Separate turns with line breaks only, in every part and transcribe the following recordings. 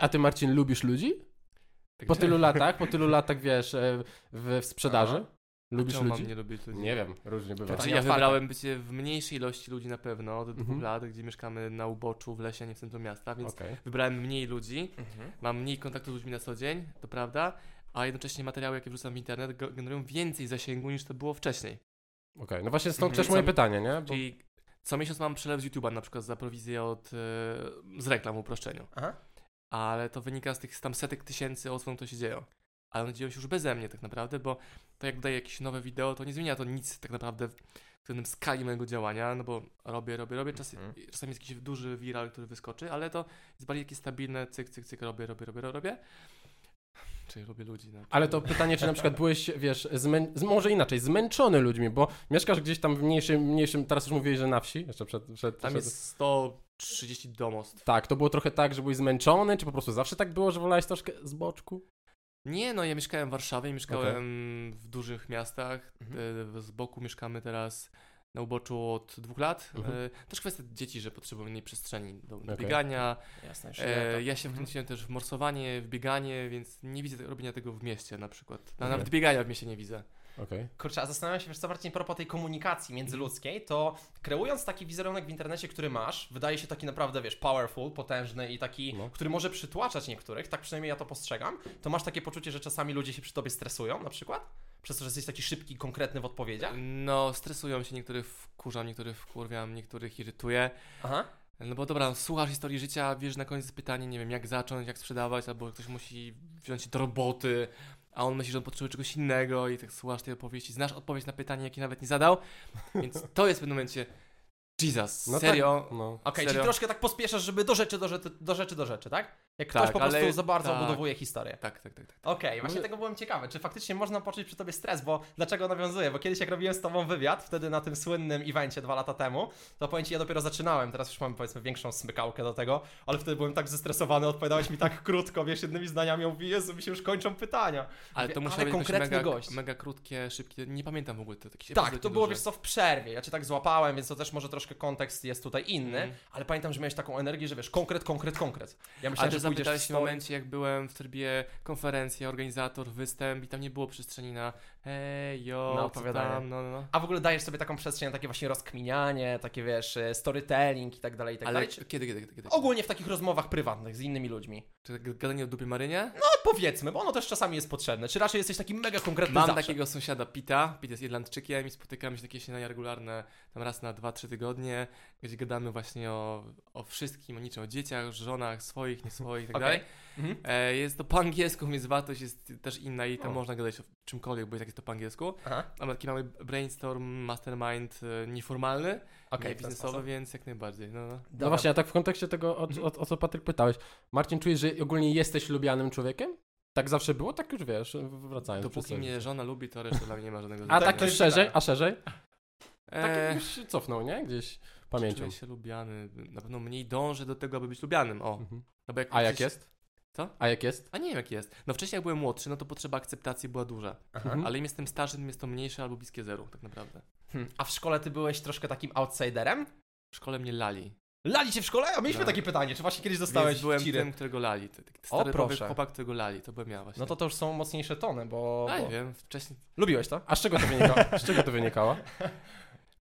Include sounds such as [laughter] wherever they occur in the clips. A ty, Marcin, lubisz ludzi?
Tak,
Po
czy-
tylu
[laughs]
latach, po tylu latach, wiesz, e, w, w sprzedaży? Lubisz
Czemu mam
ludzi?
nie lubić ludzi?
Nie wiem, różnie bywa.
Znaczy,
Pytanie
ja
otwarte.
wybrałem bycie w mniejszej ilości ludzi na pewno od dwóch
Mhm.
lat, gdzie mieszkamy na uboczu, w lesie, nie w centrum miasta, więc
Okej.
wybrałem mniej ludzi,
Mhm.
mam mniej kontaktu z ludźmi na co dzień, to prawda, a jednocześnie materiały, jakie wrzucam w internet, go- generują więcej zasięgu niż to było wcześniej.
Okej, no właśnie stąd
Mhm.
też moje
Są-
pytanie, nie? Bo...
Czyli co miesiąc mam przelew z YouTube'a na przykład za prowizję od, e, z reklam w uproszczeniu,
Aha.
ale to wynika z tych tam setek tysięcy odsłon, które się dzieją. Ale one dzieją się już beze mnie tak naprawdę, bo to jak daję jakieś nowe wideo, to nie zmienia to nic tak naprawdę w pewnym skali mojego działania, no bo robię, robię, robię, czas,
Mhm.
czasami jest jakiś duży viral, który wyskoczy, ale to jest bardziej takie stabilne, cyk, cyk, cyk, robię, robię, robię, robię. Czyli lubię ludzi. No.
Ale to pytanie, czy na przykład byłeś, wiesz, zmę... z- może inaczej, zmęczony ludźmi, bo mieszkasz gdzieś tam w mniejszym, mniejszym teraz już mówiłeś, że na wsi, jeszcze przed... przed,
Tam
przed...
jest 130 domostw.
Tak, to było trochę tak, że byłeś zmęczony, czy po prostu zawsze tak było, że wolałeś troszkę z boczku?
Nie, no ja mieszkałem w Warszawie, mieszkałem w dużych miastach.
Mhm.
E, Z boku mieszkamy teraz na uboczu od dwóch lat.
Mhm.
E, Też kwestia dzieci, że potrzebują mniej przestrzeni do, do
Okej. tak.
biegania.
Jasne, już
E,
e,
ja się
Mhm.
wkręciłem też w morsowanie, w bieganie, więc nie widzę te- robienia tego w mieście na przykład. A
Okej.
Nawet biegania w mieście nie widzę.
Okej.
Kurczę, a zastanawiam się, wiesz co, Marcin, propos tej komunikacji międzyludzkiej, to kreując taki wizerunek w internecie, który masz, wydaje się taki naprawdę, wiesz, powerful, potężny i taki,
No.
który może przytłaczać niektórych, tak przynajmniej ja to postrzegam, to masz takie poczucie, że czasami ludzie się przy tobie stresują na przykład? Przez to, że jesteś taki szybki, konkretny w odpowiedziach?
No, stresują się, niektórych wkurzam, niektórych wkurwiam, niektórych irytuję.
Aha.
No bo dobra, słuchasz historii życia, wiesz na koniec pytanie, nie wiem, jak zacząć, jak sprzedawać, albo ktoś musi wziąć się do roboty, a on myśli, że on potrzebuje czegoś innego i tak słuchasz tej opowieści, znasz odpowiedź na pytanie, jakie nawet nie zadał, więc to jest w pewnym momencie Jesus,
tak.
No
serio?
No.
Okej,
Serio?
czyli troszkę tak pospieszasz, żeby do rzeczy, do rzeczy, do rzeczy, do rzeczy tak? Jak ktoś
Tak,
po prostu
ale-
za bardzo
tak.
obudowuje historię.
Tak, tak, tak, tak.
Okej, właśnie
Może-
tego byłem ciekawy, czy faktycznie można poczuć przy tobie stres, bo dlaczego nawiązuję? Bo kiedyś jak robiłem z tobą wywiad, wtedy na tym słynnym evencie dwa lata temu, to powiem ci, ja dopiero zaczynałem, teraz już mam powiedzmy większą smykałkę do tego, ale wtedy byłem tak zestresowany, odpowiadałeś mi tak krótko, wiesz, jednymi zdaniami, ja mówię, Jezu, mi się już kończą pytania.
Ale to
Ale
musiało być jakoś
konkretny
mega,
gość.
mega krótkie, szybkie, nie pamiętam w ogóle to jakieś
Tak,
epizody
to było
duże.
wiesz co w przerwie. Ja cię tak złapałem, więc to też może troszkę kontekst jest tutaj inny,
Mhm.
ale pamiętam, że miałeś taką energię, że wiesz, konkret, konkret, konkret. Ja
Ale
myślałem,
też
że pójdziesz
zapytałeś
w
się w
swoje-
momencie, jak byłem w trybie konferencja, organizator, występ i tam nie było przestrzeni na hej, jo,
Na
co
opowiadanie.
tam, no, no, no.
A w ogóle dajesz sobie taką przestrzeń na takie właśnie rozkminianie, takie wiesz, e, storytelling i tak dalej, i tak
Ale
dalej.
kiedy,
Czy...
kiedy, kiedy? kiedy?
Ogólnie w takich rozmowach prywatnych z innymi ludźmi.
Czy tak gadanie o dupie Marynie?
No powiedzmy, bo ono też czasami jest potrzebne. Czy raczej jesteś taki mega konkretny
Mam
zawsze?
takiego sąsiada Pita, Pit jest Irlandczykiem i spotykamy się takie śniadania regularne tam raz na 2-3 tygodnie, gdzie gadamy właśnie o, o wszystkim, o niczym, o dzieciach, żonach, swoich, nie swoich itd.
Okej.
dalej.
Mhm.
E, jest to po angielsku, więc wartość jest też inna i tam
O.
można gadać o czymkolwiek, bo i tak jest to po angielsku.
Aha,
Mamy taki mamy brainstorm, mastermind e, nieformalny,
okej,
nie
w ten
biznesowy,
sposób.
więc jak najbardziej. No, no.
No
Dobra.
właśnie, a tak w kontekście tego, o,
Mhm.
o, o co Patryk pytałeś. Marcin, czujesz, że ogólnie jesteś lubianym człowiekiem? Tak zawsze było? Tak już wiesz, wracając.
Dopóki
przez-
mnie żona lubi, to reszta dla mnie nie ma żadnego
A
znaczenia.
tak
to
już
jest
szerzej,
pytanie.
a szerzej? Tak
E,
już się cofnął, nie? Gdzieś pamięcią.
czuję się lubiany, na pewno mniej dążę do tego, aby być lubianym, o.
Mhm.
No bo jak
A jak
przecież-
jest?
Co?
A jak jest?
A nie wiem jak jest. No wcześniej jak byłem młodszy, no to potrzeba akceptacji była duża.
Aha.
Mhm.
Ale im jestem starszy, tym jest to mniejsze albo bliskie zeru tak naprawdę.
Hmm. A w szkole ty byłeś troszkę takim outsiderem?
W szkole mnie lali.
Lali cię w szkole? A mieliśmy
Tak.
takie pytanie, czy właśnie kiedyś dostałeś
Więc byłem
ciry?
tym, którego lali. Ty- ty- Stary
proszę.
proszę. chłopak, którego lali. To byłem ja właśnie.
No to to już są mocniejsze tony, bo...
A,
bo...
nie wiem, wcześniej...
Lubiłeś to?
A z czego to
[laughs]
wynikało? Z czego to wynikało?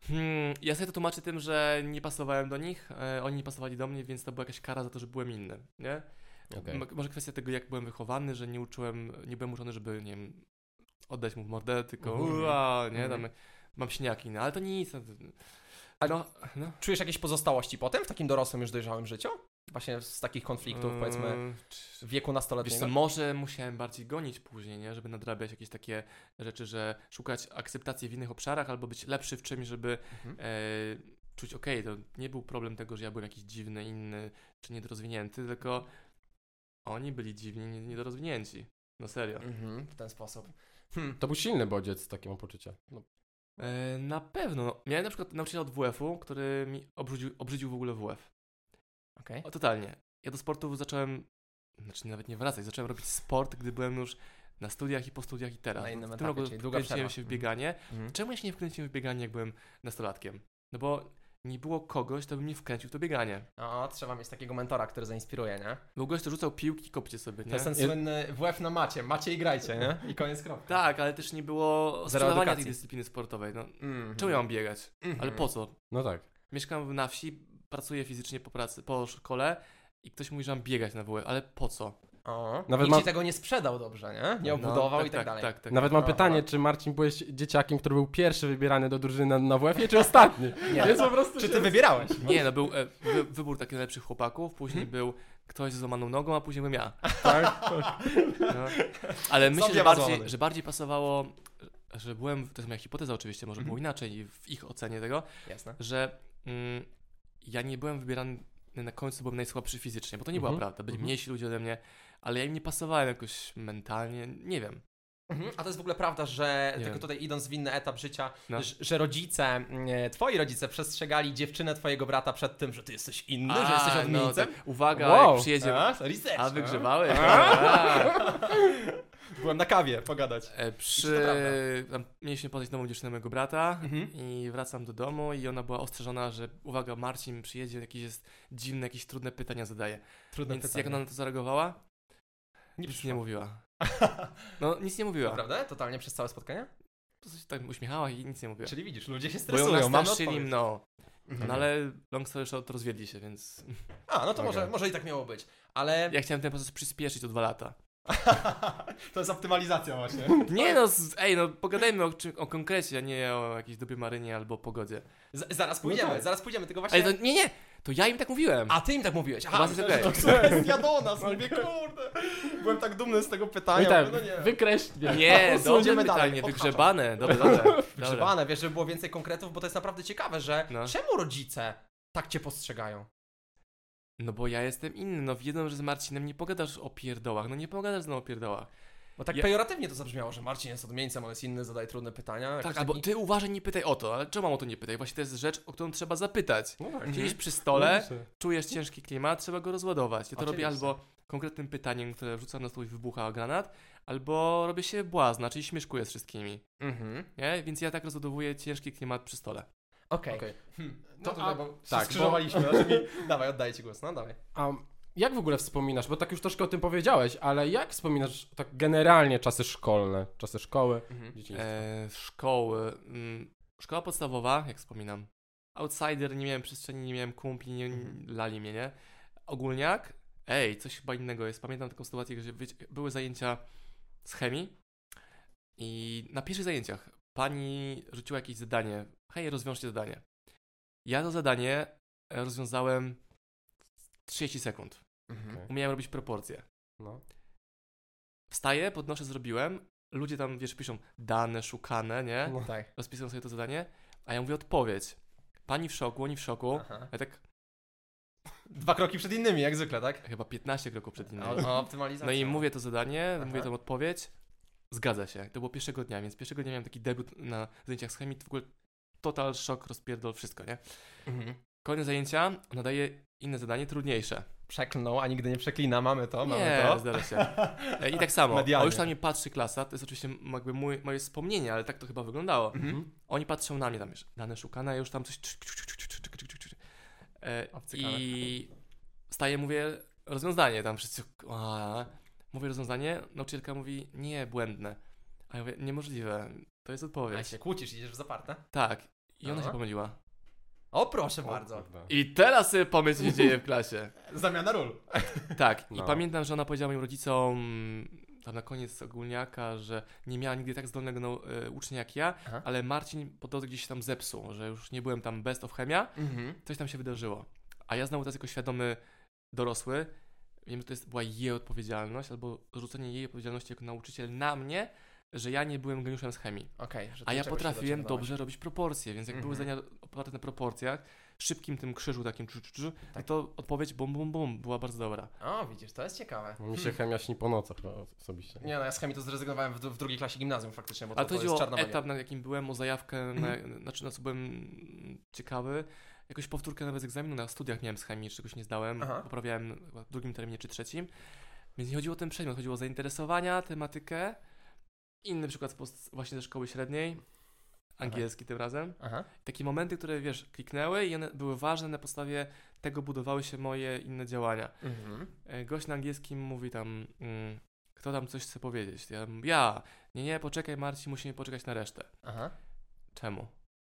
Hmm, ja sobie to tłumaczę tym, że nie pasowałem do nich, e, oni nie pasowali do mnie, więc to była jakaś kara za to, że byłem inny, nie?
Okej.
Mo- Może kwestia tego, jak byłem wychowany, że nie uczyłem, nie byłem uczony, żeby, nie wiem, oddać mu w mordę, tylko
Mhm.
ua, nie,
Mhm.
tam, mam śniaki, no ale to nic. no to- No, no.
Czujesz jakieś pozostałości potem w takim dorosłym, już dojrzałym życiu? Właśnie z takich konfliktów, powiedzmy,
Mm,
w wieku
Wiesz co,
nastoletniego?
może musiałem bardziej gonić później, nie? żeby nadrabiać jakieś takie rzeczy, że szukać akceptacji w innych obszarach albo być lepszy w czymś, żeby
Mhm.
e, czuć, okej, to nie był problem tego, że ja byłem jakiś dziwny, inny czy niedorozwinięty, tylko oni byli dziwni, nie- niedorozwinięci. No serio.
Mhm, w ten sposób. Hmm.
To był silny bodziec, takie mam poczucie. No.
E, na pewno. Miałem na przykład nauczyciela od WF-u, który mi obrzydził, obrzydził w ogóle WF.
Okej.
O, totalnie. Ja do sportu zacząłem, znaczy nawet nie wracać, zacząłem robić sport, gdy byłem już na studiach i po studiach i teraz.
Na innym
w tym
etapie,
roku
czyli długa
wkręciłem
przerwa.
się w bieganie.
Mhm.
Czemu ja się nie wkręciłem w bieganie, jak byłem nastolatkiem? No bo nie było kogoś, kto by mnie wkręcił w to bieganie.
O, trzeba mieć takiego mentora, który zainspiruje, nie?
Był gość, kto rzucał piłki, kopcie sobie, nie?
To jest ten słynny WF na macie. Macie i grajcie, nie? I koniec kropka.
Tak, ale też nie było sprzedawania tej
edukacji.
dyscypliny sportowej. No,
Mhm.
czemu ja mam biegać?
Mhm.
Ale po co?
No tak.
Mieszkam na wsi, pracuję fizycznie po pracy, po szkole i ktoś mówi, że mam biegać na WF, ale po co?
O.
Nawet
Nawet
mam-
ci tego nie sprzedał dobrze, nie? Nie
No,
obudował i tak, dalej.
Tak, tak.
Nawet mam
A,
pytanie,
a.
czy Marcin byłeś dzieciakiem, który był pierwszy wybierany do drużyny na WF-ie, czy ostatni?
Nie.
Więc po prostu
Czy
się-
ty wybierałeś?
Nie, no był e, wy, wybór takich lepszych chłopaków,
Mhm.
później był ktoś z złamaną nogą, a później byłem ja.
tak?
No. Ale myślę,
Zobie
że
ma
bardziej,
złamane.
że bardziej pasowało, że byłem, to jest moja hipoteza oczywiście, może
Mhm.
było inaczej i w ich ocenie tego,
Jasne.
że mm, ja nie byłem wybierany na końcu, byłem najsłabszy fizycznie, bo to nie była
Mhm.
prawda, byli
Mhm.
mniejsi ludzie ode mnie, ale ja im nie pasowałem jakoś mentalnie, nie wiem.
Mhm. A to jest w ogóle prawda, że
Nie.
tylko tutaj idąc w inny etap życia,
No.
że, że rodzice, mm, twoi rodzice przestrzegali dziewczynę twojego brata przed tym, że ty jesteś inny, że jesteś
A, no,
odmiennicem.
tak. Uwaga,
Wow.
jak przyjedzie...
A, research,
A
no.
wygrzewałeś?
[laughs] Byłem na kawie pogadać.
E,
I czy
Przy...
to prawda?
Tam mieliśmy poznać nową dziewczynę mojego brata
Mhm.
i wracam do domu i ona była ostrzeżona, że uwaga, Marcin przyjedzie, jakieś jest dziwne, jakieś trudne pytania zadaje.
Trudne
Więc
pytanie.
jak ona na to zareagowała?
Nie
nic
przyszła.
nie mówiła. No, nic nie mówiła.
[laughs] Naprawdę? Totalnie przez całe spotkanie?
Po prostu się tak uśmiechała i nic nie mówiła.
Czyli widzisz, ludzie
Bo
się
ją
stresują, mam
nastraszyli
odpowiedź.
mną.
Mhm.
No ale long story short, rozwiedli się, więc...
A, no to może,
Okej.
może i tak miało być, ale...
Ja chciałem ten proces przyspieszyć o dwa lata.
[laughs] to jest optymalizacja właśnie.
Nie no, z... ej no, pogadajmy o, czym- o konkrecie, a nie o jakiejś dobie marynie albo pogodzie.
Z- zaraz pójdziemy,
tak.
zaraz pójdziemy, tylko właśnie...
Ale to, nie, nie, to ja im tak mówiłem.
A ty im tak mówiłeś.
Chyba jest
myślałem,
okej.
że to kwestia do [laughs] nas, mówię, kurde. Byłem tak dumny z tego pytania,
No tak,
mówię, no nie.
wykreśl mnie.
Nie, dobre
Sądzimy dalej,
pytanie,
odhaczam.
wygrzebane, dobra, dobra. dobra.
Grzebane, wiesz, żeby było więcej konkretów, bo to jest naprawdę ciekawe, że
No.
czemu rodzice tak cię postrzegają?
No bo ja jestem inny, no wiedzą, że z Marcinem nie pogadasz o pierdołach, no nie pogadasz z mną o pierdołach.
Bo tak
Ja-
pejoratywnie to zabrzmiało, że Marcin jest odmieńcem, on jest inny, zadaje trudne pytania. jakoś
Tak,
taki-
albo ty uważaj, nie pytaj o to, ale czemu mam o to nie pytaj? Właśnie to jest rzecz, o którą trzeba zapytać.
No
Mhm.
tak.
Siedzisz przy stole,
Kurczę.
czujesz ciężki klimat, trzeba go rozładować. Ja to robię
Oczywiście.
albo konkretnym pytaniem, które rzucam na stół i wybucha granat, albo robię się błazna, czyli śmieszkuję z wszystkimi.
Mhm.
Nie? Więc ja tak rozładowuję ciężki klimat przy stole.
Okej.
Okej.
Hmm.
No
to
a-
tutaj, bo
tak,
się skrzyżowaliśmy. znaczy mi- [laughs] dawaj, oddaję ci głos, no dawaj.
A jak w ogóle wspominasz, bo tak już troszkę o tym powiedziałeś, ale jak wspominasz tak generalnie czasy szkolne, czasy szkoły, dzieciństwa?
E, szkoły. mm, Szkoła podstawowa, jak wspominam. Outsider, nie miałem przestrzeni, nie miałem kumpli, nie,
Mhm.
lali mnie, nie? Ogólniak, ej, coś chyba innego jest. Pamiętam taką sytuację, gdzie wiecie, były zajęcia z chemii i na pierwszych zajęciach pani rzuciła jakieś zadanie. Hej, rozwiążcie zadanie. Ja to zadanie e, rozwiązałem w 30 sekund.
Mhm.
Okej.
Umiałem robić proporcje.
No.
Wstaję, podnoszę, zrobiłem. Ludzie tam, wiesz, piszą dane, szukane, nie?
No.
Tak.
rozpisałem sobie to zadanie, a ja mówię odpowiedź. Pani w szoku, oni w szoku.
Aha.
Ja tak
Dwa kroki przed innymi, jak zwykle, tak?
chyba 15 kroków przed innymi.
O, o optymalizacja.
No i mówię to zadanie,
Aha.
mówię tą odpowiedź. Zgadza się. To było pierwszego dnia, więc pierwszego dnia miałem taki debiut na zajęciach z chemii. W ogóle total szok, rozpierdol, wszystko, nie?
Mhm.
Kolejne zajęcia, ona daje inne zadanie, trudniejsze.
Przeklnął, a nigdy nie przeklina, mamy to, mamy
nie,
to.
zdarza się. E, I tak samo.
Medialnie.
O, już na mnie patrzy klasa, to jest oczywiście jakby mój, moje wspomnienie, ale tak to chyba wyglądało.
Mhm.
Oni patrzą na mnie tam, wiesz, dane szukane, ja już tam coś... ciu- ciu- ciu- ciu- ciu- ciu- ciu- ciu- ciu- ciu. E,
Obcykane.
I staję, mówię, rozwiązanie, tam wszyscy... A, mówię rozwiązanie, nauczycielka mówi, nie, błędne. A ja mówię, niemożliwe, to jest
A
odpowiedź.
się kłócisz, idziesz w zaparte?
Tak. I ona
Aha.
się pomyliła.
O, proszę
O,
bardzo.
kurde.
I teraz sobie pomysł się dzieje w klasie.
Zamiana ról.
Tak, i
No.
pamiętam, że ona powiedziała moim rodzicom tam na koniec ogólniaka, że nie miała nigdy tak zdolnego nau- e, ucznia jak ja,
Aha.
ale Marcin po drodze gdzieś się tam zepsuł, że już nie byłem tam best of chemia,
Mhm.
coś tam się wydarzyło. A ja znowu teraz jako świadomy dorosły, wiem, że to jest, była jej odpowiedzialność, albo rzucenie jej odpowiedzialności jako nauczyciel na mnie, że ja nie byłem geniuszem z chemii.
Okej. że
A
ty
ja
czegoś się
potrafiłem
doczekałeś.
dobrze robić proporcje, więc jak były
Mhm.
zdania oparte na proporcjach, szybkim tym krzyżu takim, czu, czu, czu, no
Tak.
to odpowiedź bum, bum, bum była bardzo dobra.
O, widzisz, to jest ciekawe.
Mi się chemia śni po nocach no, osobiście.
Mhm. Nie no, ja z chemii to zrezygnowałem w, w drugiej klasie gimnazjum faktycznie, bo to,
Ale
to
to
jest
chodziło
czarna
o
magia. Mhm.
etap, na jakim byłem, o zajawkę, na, znaczy na co byłem ciekawy. Jakąś powtórkę nawet z egzaminu na studiach miałem z chemii, czegoś nie zdałem,
Aha.
poprawiałem chyba w drugim terminie czy trzecim. Więc nie chodziło o ten przedmiot, chodziło o zainteresowania, tematykę. Inny przykład z post- właśnie ze szkoły średniej. angielski tym razem.
Aha.
Takie momenty, które wiesz, kliknęły i one były ważne, na podstawie tego budowały się moje inne działania.
Mhm.
E, Gość na angielskim mówi tam, mm, kto tam coś chce powiedzieć. Ja, mówię, ja, nie, nie, poczekaj Marcin, musimy poczekać na resztę.
Aha.
Czemu?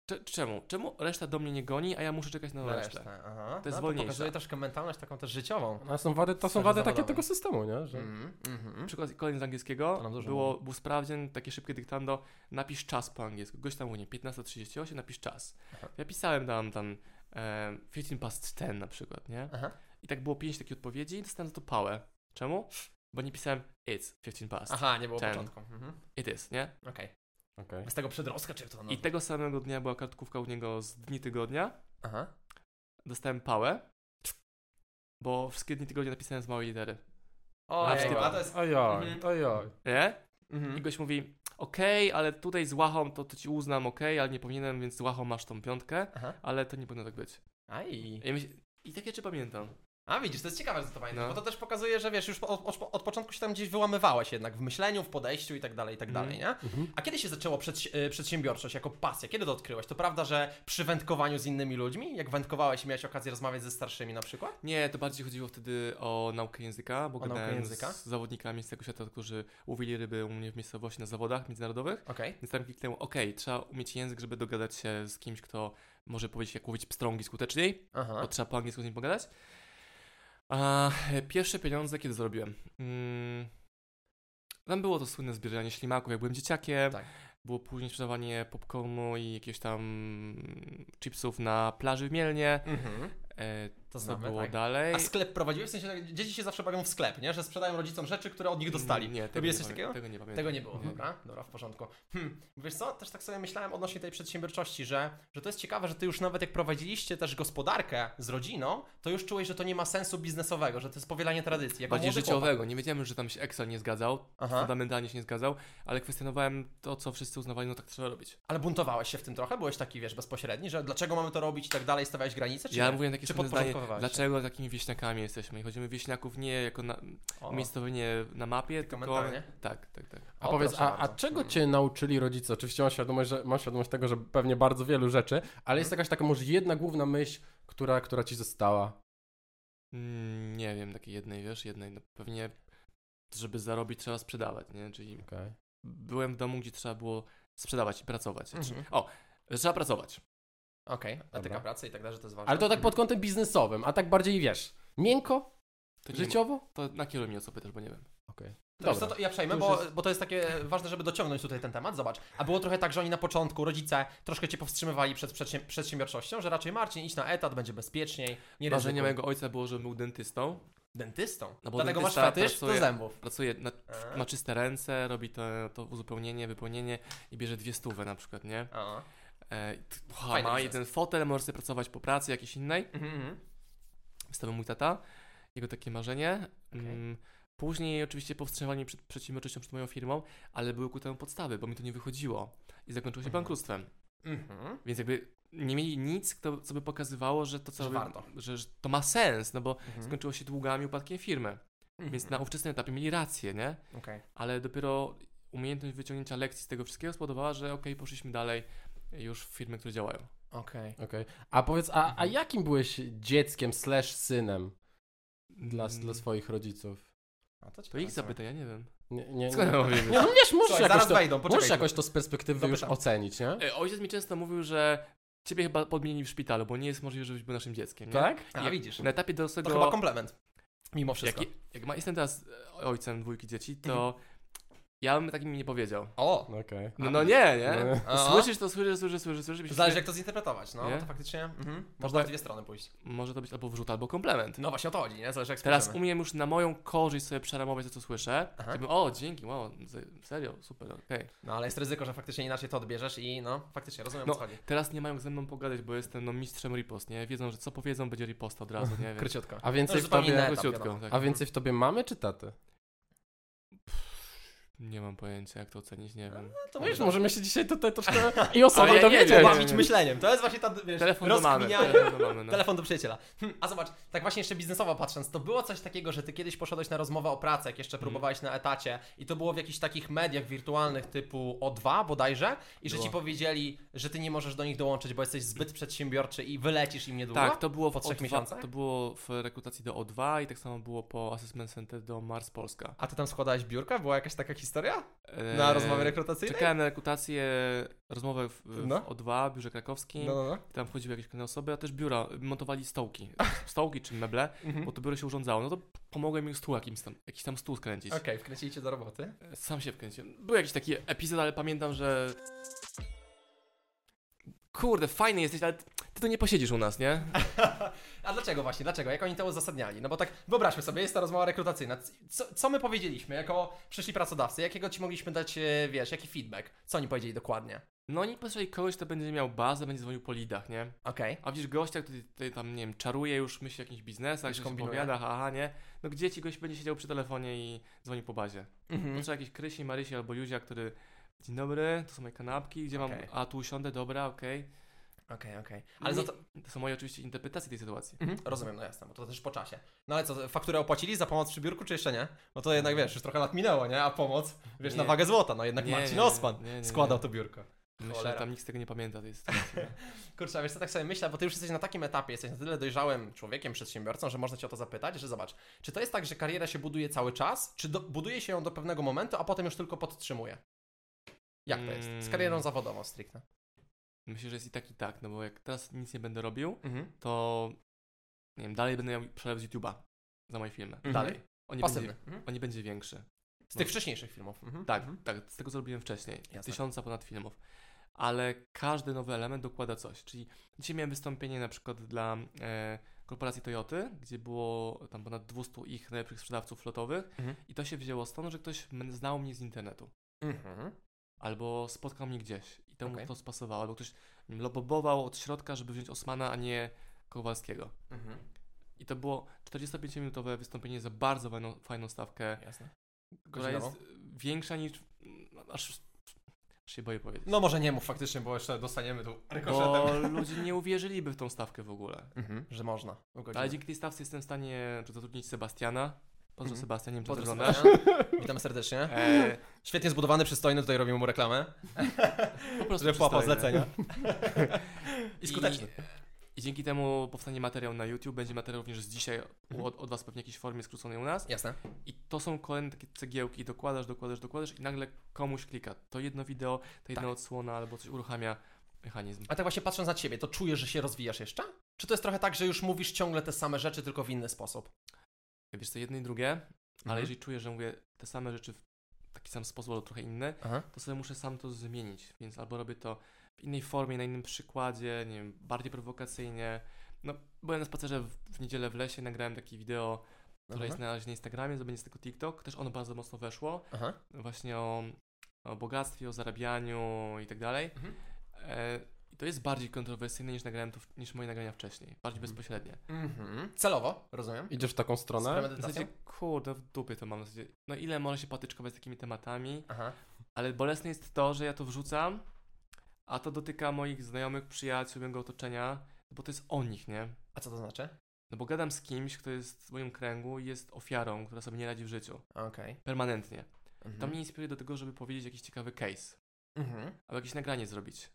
Cze- czemu? Czemu reszta do mnie nie goni, a ja muszę czekać na,
No
resztę?
resztę. Aha.
To jest No
no,
wolniejsza.
pokazuje troszkę mentalność taką też życiową.
No, A są wady, to są
Sferze
wady takie
zawodowej.
tego systemu, nie? Że...
Mhm. Mhm.
Przykład kolejny z angielskiego
To nam dużo
było,
mówi.
był sprawdzian, takie szybkie dyktando, napisz czas po angielsku. Gość tam mówi, 15.38, napisz czas.
Aha.
Ja pisałem tam, tam e, 15 past 10 na przykład, nie?
Aha.
I tak było 5 takich odpowiedzi i dostałem za to pałę. Czemu? Bo nie pisałem it's 15 past.
Aha, nie było
Ten.
początku. Mhm.
It is, nie?
Okej.
Okej.
Z tego przedrostka czy jak to no. tam
I tego samego dnia była kartkówka u niego z dni tygodnia.
Aha.
dostałem pałę, bo wszystkie dni tygodnia napisałem z małej litery.
Ojej,
Masz typa.
a to jest...
Ojoj,
Mhm.
ojoj.
Nie? I
Mhm.
gość mówi, okej, ale tutaj z łachą to, to ci uznam, okej, ale nie powinienem, więc z łachą masz tą piątkę,
Aha.
ale to nie powinno tak być.
Aj.
I, ja myślę, i takie czy pamiętam.
A widzisz, to jest ciekawe, że to pamiętasz,
No.
bo to też pokazuje, że wiesz, już po- od, od, od początku się tam gdzieś wyłamywałeś jednak w myśleniu, w podejściu i tak dalej, i tak
Mhm.
dalej, nie? A kiedy się zaczęło przedsi- y, przedsiębiorczość jako pasja? Kiedy to odkryłeś? To prawda, że przy wędkowaniu z innymi ludźmi, jak wędkowałeś i miałeś okazję rozmawiać ze starszymi na przykład?
Nie, to bardziej chodziło wtedy o naukę języka, bo
naukę
gadałem
języka?
z zawodnikami z tego świata, którzy łowili ryby u mnie w miejscowości na zawodach międzynarodowych.
Okej.
Więc tam kliknęło, okej, trzeba umieć język, żeby dogadać się z kimś, kto może powiedzieć, jak łowić pstrągi skuteczniej.
Aha.
bo trzeba po angielsku z nim pogadać. A e, pierwsze pieniądze kiedy zrobiłem? Mm, tam było to słynne zbieranie ślimaków, jak byłem dzieciakiem.
Tak.
Było później sprzedawanie popcornu i jakieś tam chipsów na plaży w Mielnie.
Mhm.
E, co
To znamy,
było
tak.
dalej?
A sklep prowadziłeś? W sensie, tak, dzieci się zawsze bawią w sklep, nie? Że sprzedają rodzicom rzeczy, które od nich dostali.
Nie, tego nie,
Robiłeś coś
pamię-
takiego?
tego nie pamiętam.
Tego nie było,
Mhm.
dobra? Dobra, w porządku. Hm, wiesz co, też tak sobie myślałem odnośnie tej przedsiębiorczości, że, że to jest ciekawe, że ty już nawet jak prowadziliście też gospodarkę z rodziną, to już czułeś, że to nie ma sensu biznesowego, że to jest powielanie tradycji. Jako
Bardziej
młody
życiowego. Nie wiedziałem, że tam się Excel nie zgadzał,
Aha.
fundamentalnie się nie zgadzał, ale kwestionowałem to, co wszyscy uznawali, no tak trzeba robić.
Ale buntowałeś się w tym trochę? Byłeś taki, wiesz, bezpośredni, że dlaczego mamy to robić i tak dalej, stawiałeś granice? Czy
ja
nie?
mówiłem takie
Czy
słynne zdanie,
podporządkowałeś się?
dlaczego takimi wieśniakami jesteśmy? I chodzimy wieśniaków nie jako na,
O,
umiejscowienie na mapie,
Tylko
tylko...
mentalnie?
Tak, tak, tak.
A
o,
powiedz,
proszę
a, a
bardzo. Mhm.
czego cię nauczyli rodzice? Oczywiście mam świadomość, że, mam świadomość tego, że pewnie bardzo wielu rzeczy, ale
Mhm.
jest jakaś taka może jedna główna myśl, która, która ci została.
Mm, nie wiem, takiej jednej, wiesz, jednej, no pewnie żeby zarobić trzeba sprzedawać, nie? Czyli
Okej.
byłem w domu, gdzie trzeba było sprzedawać i pracować. Znaczy,
Mhm.
Trzeba pracować.
Okej, etyka
Dobra.
pracy i tak dalej, że to jest ważne.
Ale to tak pod kątem biznesowym, a tak bardziej wiesz,
Mhm.
miękko,
To, nie,
życiowo?
to na kierunek mnie o co pytasz, bo nie wiem.
To wiesz
Dobra.
co, to ja przejmę,
To
bo,
już jest-
bo to jest takie ważne, żeby dociągnąć tutaj ten temat. Zobacz. A było trochę tak, że oni na początku, rodzice, troszkę cię powstrzymywali przed przedsię- przedsiębiorczością, że raczej Marcin, idź na etat, będzie bezpieczniej. Nie
Marzenie
ryzykuj.
mojego ojca było, żebym był dentystą.
Dentystą.
No bo
Dlatego masz
dentysta
fetysz do
pracuje-
zębów.
Pracuje, na,
A.
ma czyste ręce, robi to, to uzupełnienie, wypełnienie i bierze dwie stówy na przykład, nie?
A.
E, t- ha,
Fajny
ma
biznes.
jeden fotel, może sobie pracować po pracy jakiejś innej.
Mhm, mhm.
wystawy mój tata, jego takie marzenie.
Okej.
Mm, Później oczywiście powstrzymali mnie przed przedsiębiorczością, przed moją firmą, ale były ku temu podstawy, bo mi to nie wychodziło i zakończyło się
Mhm.
bankructwem.
Mhm.
Więc jakby nie mieli nic, kto, co by pokazywało, że to co
Że
robię-
warto.
Że, że to ma sens, no bo
Mhm.
skończyło się długami, upadkiem firmy. Więc na ówczesnym etapie mieli rację, nie?
Okej.
Ale dopiero umiejętność wyciągnięcia lekcji z tego wszystkiego spowodowała, że okej, poszliśmy dalej już w firmy, które działają.
Okej.
Okej. A powiedz, a, a jakim byłeś dzieckiem slash synem dla,
Mm,
dla swoich rodziców?
A
To
ciekawe
ich
w sumie.
zapytaj, ja nie wiem.
Nie, nie,
Skąd ja mam wiedzieć?
Nie, no wiesz, możesz,
Słuchaj,
jakoś
zaraz
to,
wejdą, poczekaj.
możesz jakoś to z perspektywy już
Dopytam.
ocenić, nie?
E, Ojciec mi często mówił, że ciebie chyba podmienili w szpitalu, bo nie jest możliwe, żebyś był naszym dzieckiem. Nie?
Tak?
A,
jak-
widzisz.
Na no. etapie
To
dorosłego.
chyba komplement. Mimo
jak,
wszystko. Mhm.
jak ma, jestem teraz e, ojcem dwójki dzieci, to ja bym takim nie powiedział.
O!
Okej.
No, no nie, nie.
No.
O.
Słyszysz to, słyszysz, słyszysz, słyszysz, słyszysz. myślisz,
Zależy
że-
jak to zinterpretować, no
Nie?
to faktycznie mhm.
No
można
tak.
w dwie strony pójść.
Może to być albo wrzut, albo komplement.
No właśnie o to chodzi, nie? Zależy jak
Teraz
spojrzymy.
umiem już na moją korzyść sobie przeramować to, co słyszę.
Aha.
Żebym, o, dzięki, wow, z- serio, super, okej.
No ale jest ryzyko, że faktycznie inaczej to odbierzesz i no, faktycznie rozumiem o
No,
co chodzi.
Teraz nie mają ze mną pogadać, bo jestem no, mistrzem ripost, nie? Wiedzą, że co powiedzą, będzie riposta od razu, nie? Więc
Króciutko.
A
To
więcej
już
w
tak.
zupełnie inny
tobie.
etap,
króciutko.
wiadomo.
Tak.
A więcej w tobie mamy czy taty?
Nie mam pojęcia, jak to ocenić, nie wiem.
No to
No wiesz,
może-
możemy się dzisiaj tutaj troszkę i osoba
Ale ja nie
dowiedzieć.
wiem,
bawić myśleniem. To jest właśnie ta, wiesz,
Telefon do mamy.
rozkminianie.
Telefon do mamy no.
Telefon do przyjaciela. Hm, a zobacz, tak właśnie jeszcze biznesowo patrząc, to było coś takiego, że ty kiedyś poszedłeś na rozmowę o pracę, jak
Mhm.
jeszcze próbowałeś na etacie i to było w jakichś takich mediach wirtualnych typu O2 bodajże i że
Było.
ci powiedzieli, że ty nie możesz do nich dołączyć, bo jesteś zbyt przedsiębiorczy i wylecisz im niedługo.
Tak, to było w
Po trzech
O2,
miesiącach?
To było w rekrutacji do O2 i tak samo było po Assessment Center do Mars Polska.
A ty tam składałeś biurka? Była jakaś taka historia?
Eee,
Na rozmowie rekrutacyjnej?
Czekałem na rekrutację, rozmowę w, w
No.
O2, w biurze krakowskim.
No, no, no.
Tam wchodziły jakieś kolejne osoby, a też biura montowali stołki. [laughs] Stołki czy meble,
Mhm.
bo to biuro się urządzało. No to pomogłem im stół jakimś tam, jakiś tam stół skręcić.
Okej, wkręcili cię do roboty.
Sam się wkręciłem. Był jakiś taki epizod, ale pamiętam, że. Kurde, fajny jesteś, ale ty ty to nie posiedzisz u nas, nie?
A dlaczego właśnie? Dlaczego? Jak oni to uzasadniali? No bo tak wyobraźmy sobie, jest ta rozmowa rekrutacyjna. C- Co, co my powiedzieliśmy jako przyszli pracodawcy? Jakiego ci mogliśmy dać, e, wiesz, jaki feedback? Co oni powiedzieli dokładnie?
No oni potrzebowali kogoś, kto będzie miał bazę, będzie dzwonił po lidach, nie?
Okej.
A widzisz gościa, który tutaj tam, nie wiem, czaruje już, myśli o jakimś biznesach,
Już
już
kombinuje.
opowiada, haha, nie? No gdzie ci gość będzie siedział przy telefonie i dzwoni po bazie?
Mhm.
Potrzeba jakiś Krysi, Marysi albo Józia, który... Dzień dobry, to są moje kanapki, gdzie
Okej.
mam... A tu usiądę, dobra, okej.
Okej, okej. Ale za
Nie-
to...
To są moje oczywiście interpretacje tej sytuacji.
Mhm. Rozumiem, no jasne, bo to też po czasie. No ale co, fakturę opłacili za pomoc przy biurku, czy jeszcze nie? Bo to jednak, wiesz, już trochę lat minęło, nie? A pomoc, wiesz, na
Nie.
wagę złota, no jednak
Nie,
Marcin
nie, nie,
Osman
nie, nie, nie.
składał to biurko.
Myślę,
Cholera.
że tam nikt z tego nie pamięta tej sytuacji.
Kurczę, a wiesz co, tak sobie myślę, bo ty już jesteś na takim etapie, jesteś na tyle dojrzałym człowiekiem, przedsiębiorcą, że można cię o to zapytać, że zobacz, czy to jest tak, że kariera się buduje cały czas, czy do, buduje się ją do pewnego momentu, a potem już tylko podtrzymuje? Jak to jest? Z karierą
Mm.
zawodową stricte.
Myślę, że jest i tak i tak, no bo jak teraz nic nie będę robił,
Mhm.
to... Nie wiem, dalej będę miał przelew z YouTube'a za moje filmy.
Mhm.
Dalej. On nie,
Pasywny.
będzie,
Mhm.
on nie będzie większy.
Z tych wcześniejszych filmów. Mhm.
Tak,
Mhm.
tak, z tego zrobiłem wcześniej.
Jasne.
Tysiąca ponad filmów. Ale każdy nowy element dokłada coś. Czyli dzisiaj miałem wystąpienie na przykład dla e, korporacji Toyoty, gdzie było tam ponad 200 ich najlepszych sprzedawców flotowych
Mhm.
i to się wzięło stąd, że ktoś m- znał mnie z internetu.
Mhm.
Albo spotkał mnie gdzieś i temu
Okej.
to spasowało. Albo ktoś m, lobobował od środka, żeby wziąć Osmana, a nie Kowalskiego.
Mhm.
I to było 45-minutowe wystąpienie za bardzo fajną, fajną stawkę,
Jasne.
która jest
Godzinową?
y, większa niż... no, Aż, aż się boję powiedzieć.
No może nie mów faktycznie, bo jeszcze dostaniemy tu rykoszetem.
Bo [laughs] ludzie nie uwierzyliby w tą stawkę w ogóle.
Mhm. Że można. ugodzimy.
Ale dzięki tej stawce jestem w stanie zatrudnić Sebastiana. Pozdro
Mhm.
Sebastian, nie wiem czy
Pozdrow-
oglądasz.
Witam serdecznie.
E,
Świetnie zbudowany, przystojny, tutaj robimy mu reklamę.
po prostu
Żeby płapał
przystojny.
zlecenia. [laughs] I skuteczny.
I dzięki temu powstanie materiał na YouTube, będzie materiał również z dzisiaj
Mhm.
u- od, od Was pewnie w jakiejś formie skróconej u nas.
Jasne.
I to są kolejne takie cegiełki, dokładasz, dokładasz, dokładasz i nagle komuś klika. To jedno wideo, to jedna
Tak.
odsłona albo coś uruchamia mechanizm.
A tak właśnie patrząc na ciebie, to czujesz, że się rozwijasz jeszcze? Czy to jest trochę tak, że już mówisz ciągle te same rzeczy, tylko w inny sposób?
Wiesz co, jedno i drugie, ale
Mhm.
jeżeli czuję, że mówię te same rzeczy w taki sam sposób albo trochę inny,
Aha.
to sobie muszę sam to zmienić, więc albo robię to w innej formie, na innym przykładzie, nie wiem, bardziej prowokacyjnie. No, byłem na spacerze w, w niedzielę w lesie, nagrałem takie wideo,
Mhm.
które jest na razie na Instagramie, zrobię z tego TikTok, też ono bardzo mocno weszło,
Aha.
właśnie o, o bogactwie, o zarabianiu i tak dalej.
Mhm.
E, I to jest bardziej kontrowersyjne niż nagrałem to, w- niż moje nagrania wcześniej, bardziej
Mhm.
bezpośrednie.
Mhm. Celowo, rozumiem.
Idziesz w taką
Z
stronę?
W
premedytacją?
zasadzie, kurde, w dupie to mam, w zasadzie, no ile można się patyczkować z takimi tematami,
Aha.
Ale bolesne jest to, że ja to wrzucam, a to dotyka moich znajomych, przyjaciół, mojego otoczenia, bo to jest o nich, nie?
A co to znaczy?
No bo gadam z kimś, kto jest w moim kręgu i jest ofiarą, która sobie nie radzi w życiu.
Okej.
Permanentnie. To
Mhm.
mnie inspiruje do tego, żeby powiedzieć jakiś ciekawy case,
Mhm.
albo jakieś nagranie zrobić.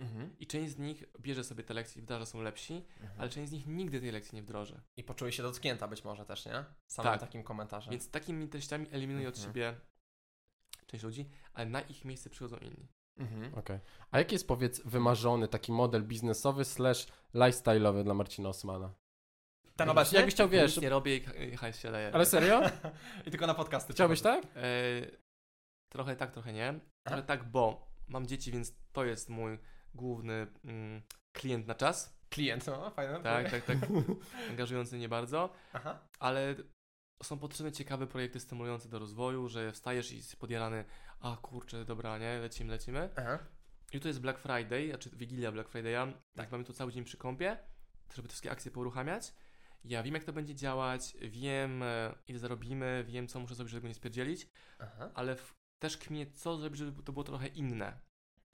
Mhm.
I część z nich bierze sobie te lekcje i wydarza, są lepsi, ale
Ale...
część z nich nigdy tej lekcji nie wdroży.
Mhm. I poczułeś się dotknięta być może też, nie? Samym
Tak.
takim komentarzem.
Więc takimi treściami eliminuję od
Mhm.
siebie część ludzi, ale na ich miejsce przychodzą inni.
Mhm.
Okej. A jaki jest, powiedz, wymarzony taki model biznesowy slash lifestyle'owy dla Marcina Osmana?
Ten obecny?
Jakbyś chciał, No wiesz...
Nic nie robię i haj- hajs się leje.
Ale serio?
I tylko na podcasty.
Chciałbyś
przychodzę.
tak?
E, trochę tak, trochę nie. Trochę tak, bo mam dzieci, więc to jest mój główny mm, klient na czas.
Klient, no fajne.
Tak, tak, tak. Angażujący nie bardzo,
Aha.
ale są potrzebne ciekawe projekty stymulujące do rozwoju, że wstajesz i jesteś podjarany, a kurczę, dobra, nie, lecimy, lecimy.
Aha.
Jutro jest Black Friday, znaczy Wigilia Black Friday'a, tak mamy tu cały dzień przy kąpie, żeby te wszystkie akcje poruchamiać. Ja wiem, jak to będzie działać, wiem, e, ile zarobimy, wiem, co muszę zrobić, żeby tego nie spierdzielić,
Aha.
ale w też kminie, co zrobić, żeby to było trochę inne.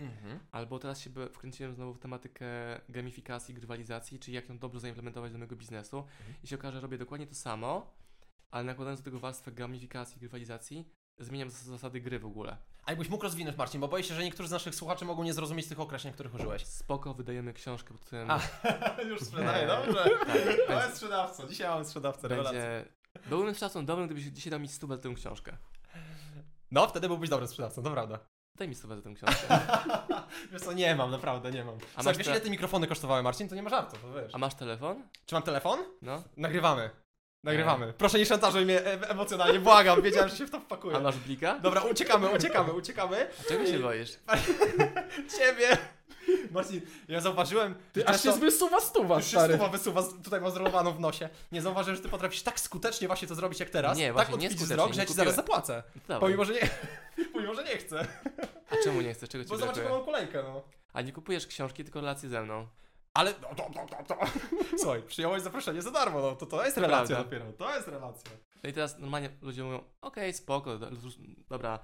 Mhm.
Albo teraz się by- wkręciłem znowu w tematykę gamifikacji, grywalizacji, czyli jak ją dobrze zaimplementować do mojego biznesu.
Mhm.
I się okaże, że robię dokładnie to samo, ale nakładając do tego warstwę gamifikacji, grywalizacji, zmieniam zas- zasady gry w ogóle.
A jakbyś mógł rozwinąć, Marcin, bo boję się, że niektórzy z naszych słuchaczy mogą nie zrozumieć tych określeń, których użyłeś.
Spoko, wydajemy książkę pod tytułem Tak,
A, [laughs] Już sprzedaję, dobrze. [laughs] To jest sprzedawca. Dzisiaj mamy sprzedawcę, rewelacja.
będzie... Byłbym z szacun dobrym, gdybyś dzisiaj dał mi stówę za tę książkę.
No, wtedy byłbyś dobrym sprzedawcą, to prawda.
Daj mi stówę za tę książkę.
Wiesz co, nie mam, naprawdę nie mam.
A
Słuchaj,
masz
wiesz
te-
ile te mikrofony kosztowały, Marcin? To nie ma żartów, to wiesz.
A masz telefon?
Czy mam telefon?
No.
Nagrywamy. Nagrywamy. Proszę nie szantażuj mnie e- emocjonalnie, błagam, wiedziałem, że się w to
A
wpakuję.
masz blika?
Dobra, uciekamy, uciekamy, uciekamy.
Czego się boisz?
Ciebie! Marcin, ja zauważyłem... że
Ty, aż
często-
się zwysuwa stuwa,
Już się
stary.
stuwa wysuwa, z- tutaj mam zrolowaną w nosie. Nie zauważyłem, że ty potrafisz tak skutecznie właśnie to zrobić jak teraz.
Nie,
tak
właśnie nie
odbić
skutecznie,
wzrok,
nie
że ja ci
kupiłem.
zaraz zapłacę.
Dobra.
Pomimo, że nie... [laughs] Pomimo, że nie chcę.
No A czemu nie chcesz? Czego ci
Bo zobacz, jaką
brakuje?
mam kolejkę, no.
A nie kupujesz książki, tylko relacje ze mną.
Ale. No, no, no, no, no. [laughs] Słuchaj, przyjąłeś zaproszenie za darmo, no to to jest relacja
prawda.
dopiero, to jest relacja.
No i teraz normalnie ludzie mówią, okej, spoko, do- luz- dobra,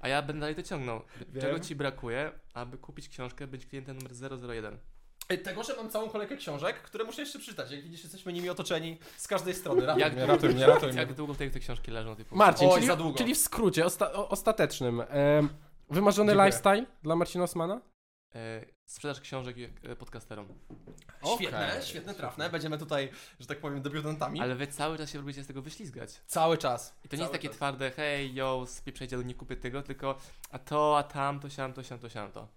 a ja będę dalej to ciągnął. Czego
Wiem.
ci brakuje, aby kupić książkę, być klientem numer 001?
Ej, E, Tego, że mam całą kolejkę książek, które muszę jeszcze przeczytać. Jak widzisz, jesteśmy nimi otoczeni z każdej strony. Ratuj
Jak
mnie,
długo-
ratuj mnie, ratuj mnie.
Jak długo w tej te książki leżą? Typu?
Marcin,
Oj,
czyli,
za długo.
czyli w skrócie, osta o, ostatecznym. em, wymarzony
Dziękuję.
lifestyle dla Marcina Osmana?
E, sprzedaż książek e, podcasterom.
Świetne, świetne, trafne. Będziemy tutaj, że tak powiem, debiutantami.
Ale wy cały czas się próbujecie z tego wyślizgać.
Cały czas.
I to nie
Cały
jest takie
czas.
twarde, hej, yo, spieprzajcie, nie kupię tego, tylko a to, a tam, to siam, to siam, to siam, to.
No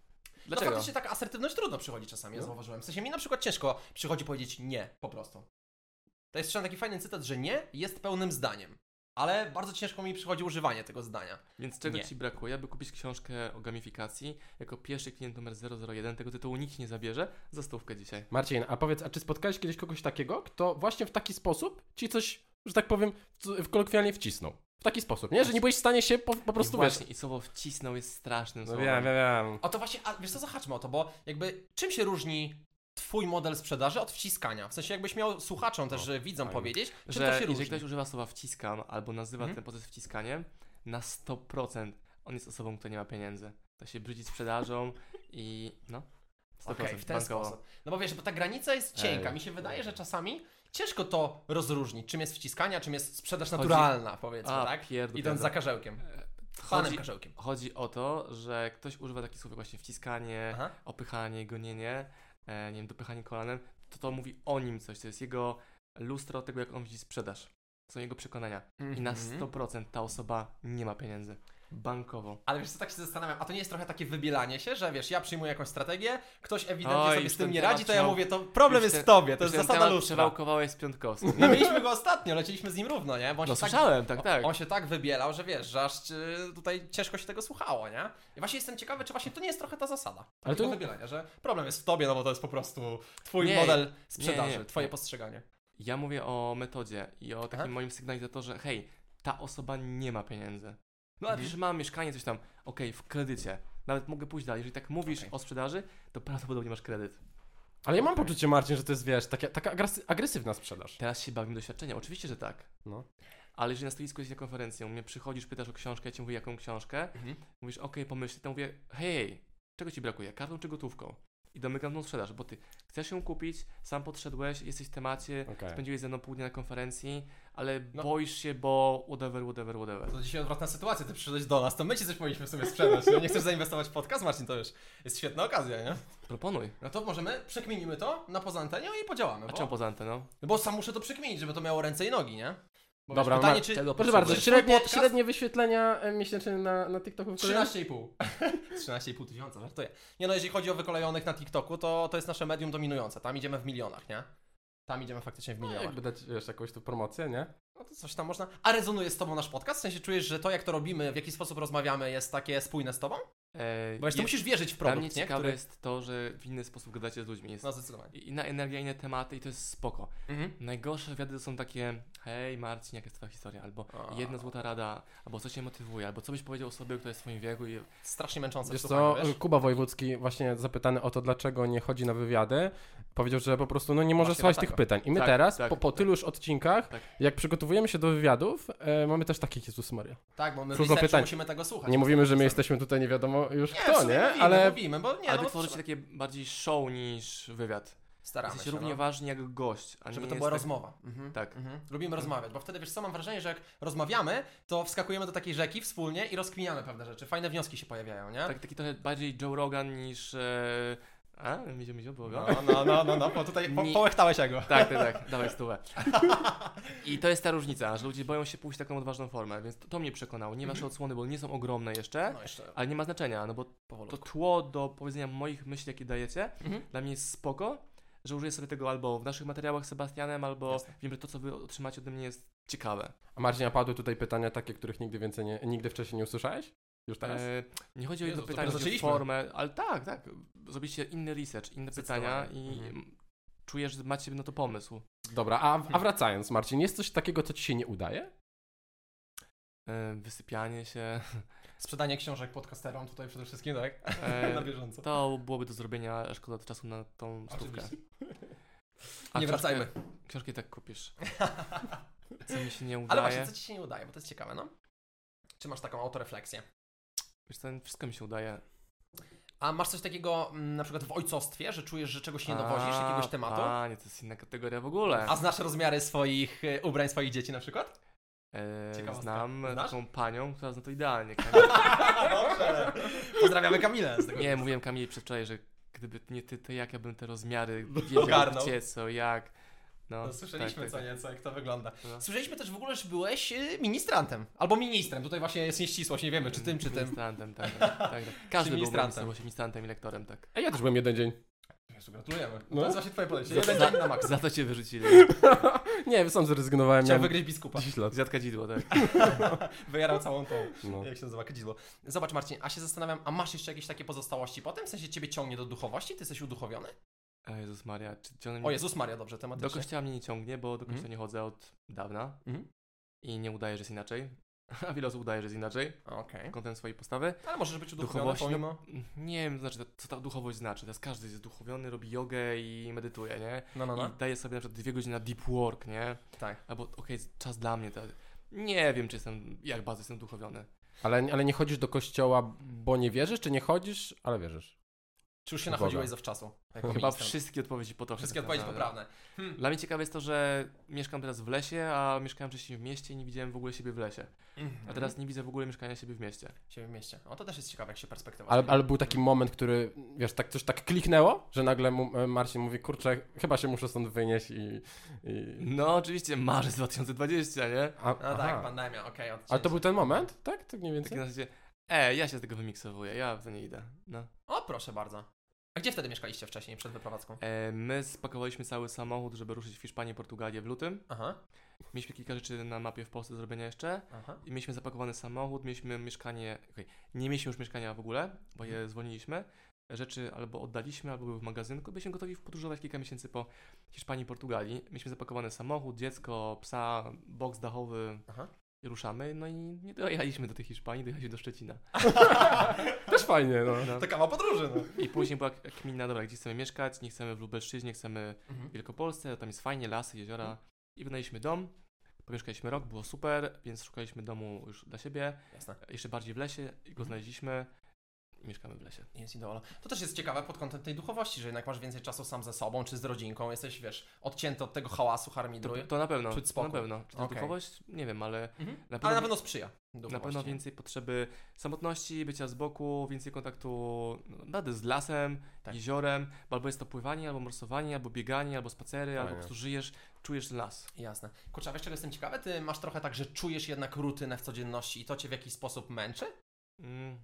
Dlaczego?
faktycznie taka asertywność trudno przychodzi czasami, ja
No.
zauważyłem. W sensie mi na przykład ciężko przychodzi powiedzieć nie, po prostu. To jest jeszcze taki fajny cytat, że nie jest pełnym zdaniem. Ale bardzo ciężko mi przychodzi używanie tego zdania.
Więc czego
Nie.
ci brakuje, aby kupić książkę o gamifikacji jako pierwszy klient numer 001? Tego tytułu nikt nie zabierze za stówkę dzisiaj.
Marcin, a powiedz, a czy spotkałeś kiedyś kogoś takiego, kto właśnie w taki sposób ci coś, że tak powiem, w, w kolokwialnie wcisnął? W taki sposób, nie? Że nie byłeś w stanie się po, po prostu
I właśnie, i słowo wcisnął jest strasznym
wiesz. No wiem,
słowem.
wiem, wiem.
O to właśnie, a wiesz co, zahaczmy o to, bo jakby czym się różni twój model sprzedaży od wciskania? W sensie jakbyś miał słuchaczom też, że widzą
fajnie.
powiedzieć, czym
Że
to się
jeżeli
różni?
ktoś używa słowa wciskam albo nazywa
Mhm.
ten proces wciskaniem, na 100% on jest osobą, która nie ma pieniędzy. To się brzydzić sprzedażą i no, 100%
Okej, w ten
bankowo.
sposób. No bo wiesz, bo ta granica jest cienka.
Ej.
Mi się wydaje, że czasami ciężko to rozróżnić, czym jest wciskania, czym jest sprzedaż
Chodzi-
naturalna, powiedzmy,
A,
tak?
pierdol,
Idąc za karzełkiem. Panem
chodzi,
karzełkiem.
chodzi o to, że ktoś używa takich słów jak właśnie wciskanie,
Aha.
opychanie, gonienie, e, nie wiem, dopychanie kolanem, to to mówi o nim coś, to jest jego lustro tego, jak on widzi sprzedaż. Są jego przekonania. I na
Mhm.
100% ta osoba nie ma pieniędzy. Bankowo.
Ale wiesz co, tak się zastanawiam, a to nie jest trochę takie wybielanie się, że wiesz, ja przyjmuję jakąś strategię, ktoś ewidentnie
Oj,
sobie
już
z tym
ten
nie
temat
radzi, to ja
trzeba-
mówię, to problem
już
jest
ten-
w tobie, to jest
Ten
zasada
temat
lustra.
Przewałkowałeś z
[laughs]
piątkowskim.
No mieliśmy go ostatnio, leciliśmy z nim równo, nie? Bo on
No
się tak
słyszałem, tak, tak.
On się tak wybielał, że wiesz, że aż y, tutaj ciężko się tego słuchało, nie? I właśnie jestem ciekawy, czy właśnie to nie jest trochę ta zasada.
Ale
Ale
to-
to wybielania, że problem jest w tobie, no bo to jest po prostu twój
Nie,
model sprzedaży,
nie.
twoje postrzeganie.
Ja mówię o metodzie i o takim
Aha.
moim sygnalizatorze, hej, ta osoba nie ma pieniędzy. No ale
Mhm.
przecież mam mieszkanie, coś tam, okej, w kredycie. Nawet mogę pójść dalej. Jeżeli tak mówisz
Okej.
o sprzedaży, to prawdopodobnie masz kredyt.
Ale ja mam poczucie, Marcin, że to jest, wiesz, taka, taka agresy- agresywna sprzedaż.
Teraz się bawimy doświadczenia, oczywiście, że tak.
No.
Ale jeżeli na stoisku jest na konferencji, u mnie przychodzisz, pytasz o książkę, ja ci mówię jaką książkę,
Mhm.
mówisz okej, pomyśl, to mówię hej, czego ci brakuje, kartą czy gotówką? I domykam tą sprzedaż, bo ty chcesz ją kupić, sam podszedłeś, jesteś w temacie,
Okej.
spędziłeś ze mną pół dnia na konferencji, ale
No.
boisz się, bo whatever, whatever, whatever.
To dzisiaj odwrotna sytuacja, ty przyszedłeś do nas, to my ci coś powinniśmy sobie sprzedać. No, nie chcesz zainwestować w podcast, Marcin, to już jest świetna okazja, nie?
Proponuj.
No to możemy, przekminimy to na poza antenią i podziałamy,
A czemu
bo,
poza anteną?
no bo sam muszę to przekminić, żeby to miało ręce i nogi, nie? Bo
Dobra,
wiesz, pytanie,
Mar-
czy...
czego
Proszę
Potrzebujesz
bardzo,
twój
średnie,
podcast-
średnie wyświetlenia e, miesięczne na, na TikToku. w Koreanie?
13,5. [laughs] 13,5 tysiąca, żartuję. Nie no, jeżeli chodzi o wykolejonych na TikToku, to to jest nasze medium dominujące. Tam idziemy w milionach, nie? Tam idziemy faktycznie w
No,
milionach.
jakby dać, wiesz, jakąś tu promocję, nie?
No to coś tam można. A rezonuje z tobą nasz podcast? W sensie czujesz, że to jak to robimy, w jaki sposób rozmawiamy jest takie spójne z tobą?
E,
Bo jeszcze
je-
musisz wierzyć w
Dla
produkt,
mnie
nie?
ciekawe
Który...
jest to, że w inny sposób gadacie z ludźmi. Jest
No zdecydowanie.
inna energia, inne tematy i to jest spoko.
Mhm.
Najgorsze wywiady to są takie hej Marcin, jaka jest twoja historia? Albo
A.
jedna złota rada, albo co cię motywuje, albo co byś powiedział osobie, która jest w twoim wieku i
Strasznie męczące
Wiesz co,
słuchanie, wiesz?
Kuba Wojewódzki właśnie zapytany o to, dlaczego nie chodzi na wywiady, powiedział, że po prostu no, nie może
Właśnie
słuchać
dlatego.
tych pytań. I my
Tak,
teraz,
tak,
po, po
tak.
tylu już odcinkach,
Tak.
jak przygotowujemy się do wywiadów, e, mamy też takie Jezus Maria.
Tak, bo my w
Trudno
researchu
pytanie.
musimy tego słuchać.
Nie mówimy, że my jesteśmy tutaj nie wiadomo już
Nie,
kto,
w sumie
nie?
Mówimy,
Ale
mówimy, bo nie,
Ale
no,
wy
bo
tworzycie
trzeba.
takie bardziej show niż wywiad.
staramy
Jesteście
się,
równie
no.
ważni jak gość, a
Żeby
nie
to
jest
była
tak-
rozmowa. Mhm.
Tak.
Mhm. Lubimy rozmawiać, bo wtedy wiesz co, mam wrażenie, że jak rozmawiamy, to wskakujemy do takiej rzeki wspólnie i rozkminiamy pewne rzeczy. Fajne wnioski się pojawiają, nie?
Tak, taki trochę bardziej Joe Rogan niż... E... A, Mizio, Mizio, było go?
No, no, no, no, no, bo tutaj po,
Nie.
połechtałeś jego.
[laughs] Tak, tak, tak, dawaj stówę. [laughs] I to jest ta różnica, że ludzie boją się pójść w taką odważną formę, więc to, to mnie przekonało. Nie wasze odsłony, bo nie są ogromne jeszcze,
Mhm. No jeszcze
ale nie ma znaczenia, no bo to
powolutku.
tło do powiedzenia moich myśli, jakie dajecie,
Mhm.
dla mnie jest spoko, że użyję sobie tego albo w naszych materiałach z Sebastianem, albo
Jasne.
wiem, że to, co wy otrzymacie ode mnie jest ciekawe.
A Marcin, a padły tutaj pytania takie, których nigdy więcej nie, nigdy wcześniej nie usłyszałeś? Już teraz?
E, nie chodzi o
Tak. Jezu,
jedno pytanie,
dopiero
chodzi o
zaczęliśmy.
formę, ale tak, tak, zrobiliście inny research, inne pytania i
Mhm.
mm, czujesz, że macie na to pomysł.
Dobra, a,
mhm.
a wracając, Marcin, jest coś takiego, co ci się nie udaje?
E, wysypianie
[laughs]
się,
Sprzedanie książek podcasterom tutaj przede wszystkim, tak? Na
e,
[laughs] bieżąco.
to byłoby do zrobienia, szkoda czasu na tą stówkę.
Oczywiście.
[laughs] A
Nie
książkę-
wracajmy.
Książki tak kupisz, co mi się nie udaje.
Ale właśnie, co ci się nie udaje, bo to jest ciekawe, no? Czy masz taką autorefleksję?
Wiesz co, wszystko mi się udaje.
A masz coś takiego mm, na przykład w ojcostwie, że czujesz, że czegoś nie dowozisz,
A,
jakiegoś tematu?
Panie, to jest inna kategoria w ogóle.
A znasz rozmiary swoich e, ubrań swoich dzieci na [laughs] przykład?
E,
Ciekawostka.
znam
Znasz?
taką panią, która zna to idealnie.
[laughs] Tak, Dobrze. Pozdrawiamy Kamilę z tego.
nie, mówiłem Kamili przedwczoraj, że gdyby nie ty, to jak ja bym te
[laughs]
rozmiary wiedział,
No, Ogarnął.
gdzie, co, jak. No,
No, słyszeliśmy
tak,
co
tak,
nieco, jak to wygląda.
No.
Słyszeliśmy też w ogóle, że byłeś e, ministrantem. Albo ministrem. Tutaj właśnie jest nieścisłość, nie wiemy czy tym, czy tym.
Ministrantem, tak, tak, tak, tak. Każdy był
ministrantem.
ministrantem, był się ministrantem i lektorem, tak.
[laughs]
A ja też byłem jeden dzień.
[laughs]
[laughs]
Jezu, gratulujemy.
No.
To jest właśnie twoje podejście.
Za-
Jeden
za-
dzień na maksa.
Za to cię wyrzucili.
nie, sam zrezygnowałem.
Chciał
miałem
wygryźć biskupa.
10 lat.
Zjadka dzidło, tak.
Wyjarał całą tą,
No.
jak się nazywa, kadzidło. Zobacz Marcin, a się zastanawiam, a masz jeszcze jakieś takie pozostałości potem? W sensie ciebie ciągnie do duchowości? Ty jesteś uduchowiony?
O Jezus Maria, czy czy one
O
mnie...
Jezus Maria, dobrze, tematycznie.
Do kościoła mnie nie ciągnie, bo do kościoła nie chodzę od dawna
Mhm.
i nie udaje, że jest inaczej. [laughs] A wiele osób udaje, że jest inaczej,
Okej.
kątem swojej postawy.
Ale możesz być uduchowiony
Duchowości, no,
pomimo...
Nie wiem, znaczy, co ta duchowość znaczy. Teraz każdy jest duchowiony, robi jogę i medytuje, nie?
No, no, no.
I daje sobie na przykład dwie godziny na deep work, nie?
Tak.
Albo okej, jest czas dla mnie. To... Nie wiem, czy jestem, jak bardzo jestem duchowiony.
Ale, ale nie chodzisz do kościoła, bo nie wierzysz, czy nie chodzisz, ale wierzysz?
Czy już się
Boga.
nachodziłeś zawczasu? Jako
Chyba
minister.
wszystkie odpowiedzi potoczne.
Wszystkie
tak
odpowiedzi
naprawdę.
poprawne. Hmm.
Dla mnie ciekawe jest to, że mieszkam teraz w lesie, a mieszkałem wcześniej w mieście i nie widziałem w ogóle siebie w lesie.
Mhm.
A teraz nie widzę w ogóle mieszkania siebie w mieście.
Siebie w mieście. O, to też jest ciekawe, jak się perspektywa.
Ale, ale był taki moment, który, wiesz, tak coś tak kliknęło, że nagle mu, e, Marcin mówi, kurczę, chyba się muszę stąd wynieść i... i...
No oczywiście, marzec 2020, nie?
A,
No tak, pandemia, okej. Okay,
Ale to był ten moment, tak? Tak mniej
Takie
więcej?
na zasadzie, e, ja się z tego wymiksowuję, ja w to nie idę. No.
O, proszę bardzo. A gdzie wtedy mieszkaliście wcześniej, przed wyprowadzką?
E, my spakowaliśmy cały samochód, żeby ruszyć w Hiszpanię, Portugalię w lutym.
Aha,
Mieliśmy kilka rzeczy na mapie w Polsce do zrobienia jeszcze.
aha.
[laughs] I mieliśmy zapakowany samochód, mieliśmy mieszkanie, okej, nie mieliśmy już mieszkania w ogóle, bo je zwolniliśmy. Rzeczy albo oddaliśmy, albo były w magazynku. Byliśmy gotowi podróżować kilka miesięcy po Hiszpanii, Portugalii. Mieliśmy zapakowany samochód, dziecko, psa, boks dachowy
Aha.
i ruszamy. No i nie dojechaliśmy do tej Hiszpanii, dojechaliśmy do Szczecina.
Też fajnie, no.
No.
To kawa podróży, no.
I później była kmina, dobra, gdzie chcemy mieszkać, nie chcemy w Lubelszczyźnie, chcemy w
Mhm.
Wielkopolsce, tam jest fajnie, lasy, jeziora. I wynajęliśmy dom, pomieszkaliśmy rok, było super, więc szukaliśmy domu już dla siebie.
Jasne.
jeszcze bardziej w lesie i
Mhm.
go znaleźliśmy i mieszkamy w lesie.
Jest ideolo. To też jest ciekawe pod kątem tej duchowości, że jednak masz więcej czasu sam ze sobą, czy z rodzinką, jesteś, wiesz, odcięty od tego hałasu,
To,
harmidru.
to na pewno,
Czuć
to
spokój.
na pewno. Czy to
Okej.
duchowość? Nie wiem, ale
Mhm.
na
Ale
pewno,
na pewno sprzyja
na pewno
duchowości.
więcej potrzeby samotności, bycia z boku, więcej kontaktu no, nawet z lasem,
Tak.
jeziorem, bo albo jest to pływanie, albo morsowanie, albo bieganie, albo spacery, albo po
Fajnie.
prostu żyjesz, czujesz las.
Jasne. Kurczę, a wiesz czego jestem ciekawy? Ty masz trochę tak, że czujesz jednak rutynę w codzienności i to cię w jakiś sposób męczy?
Mm.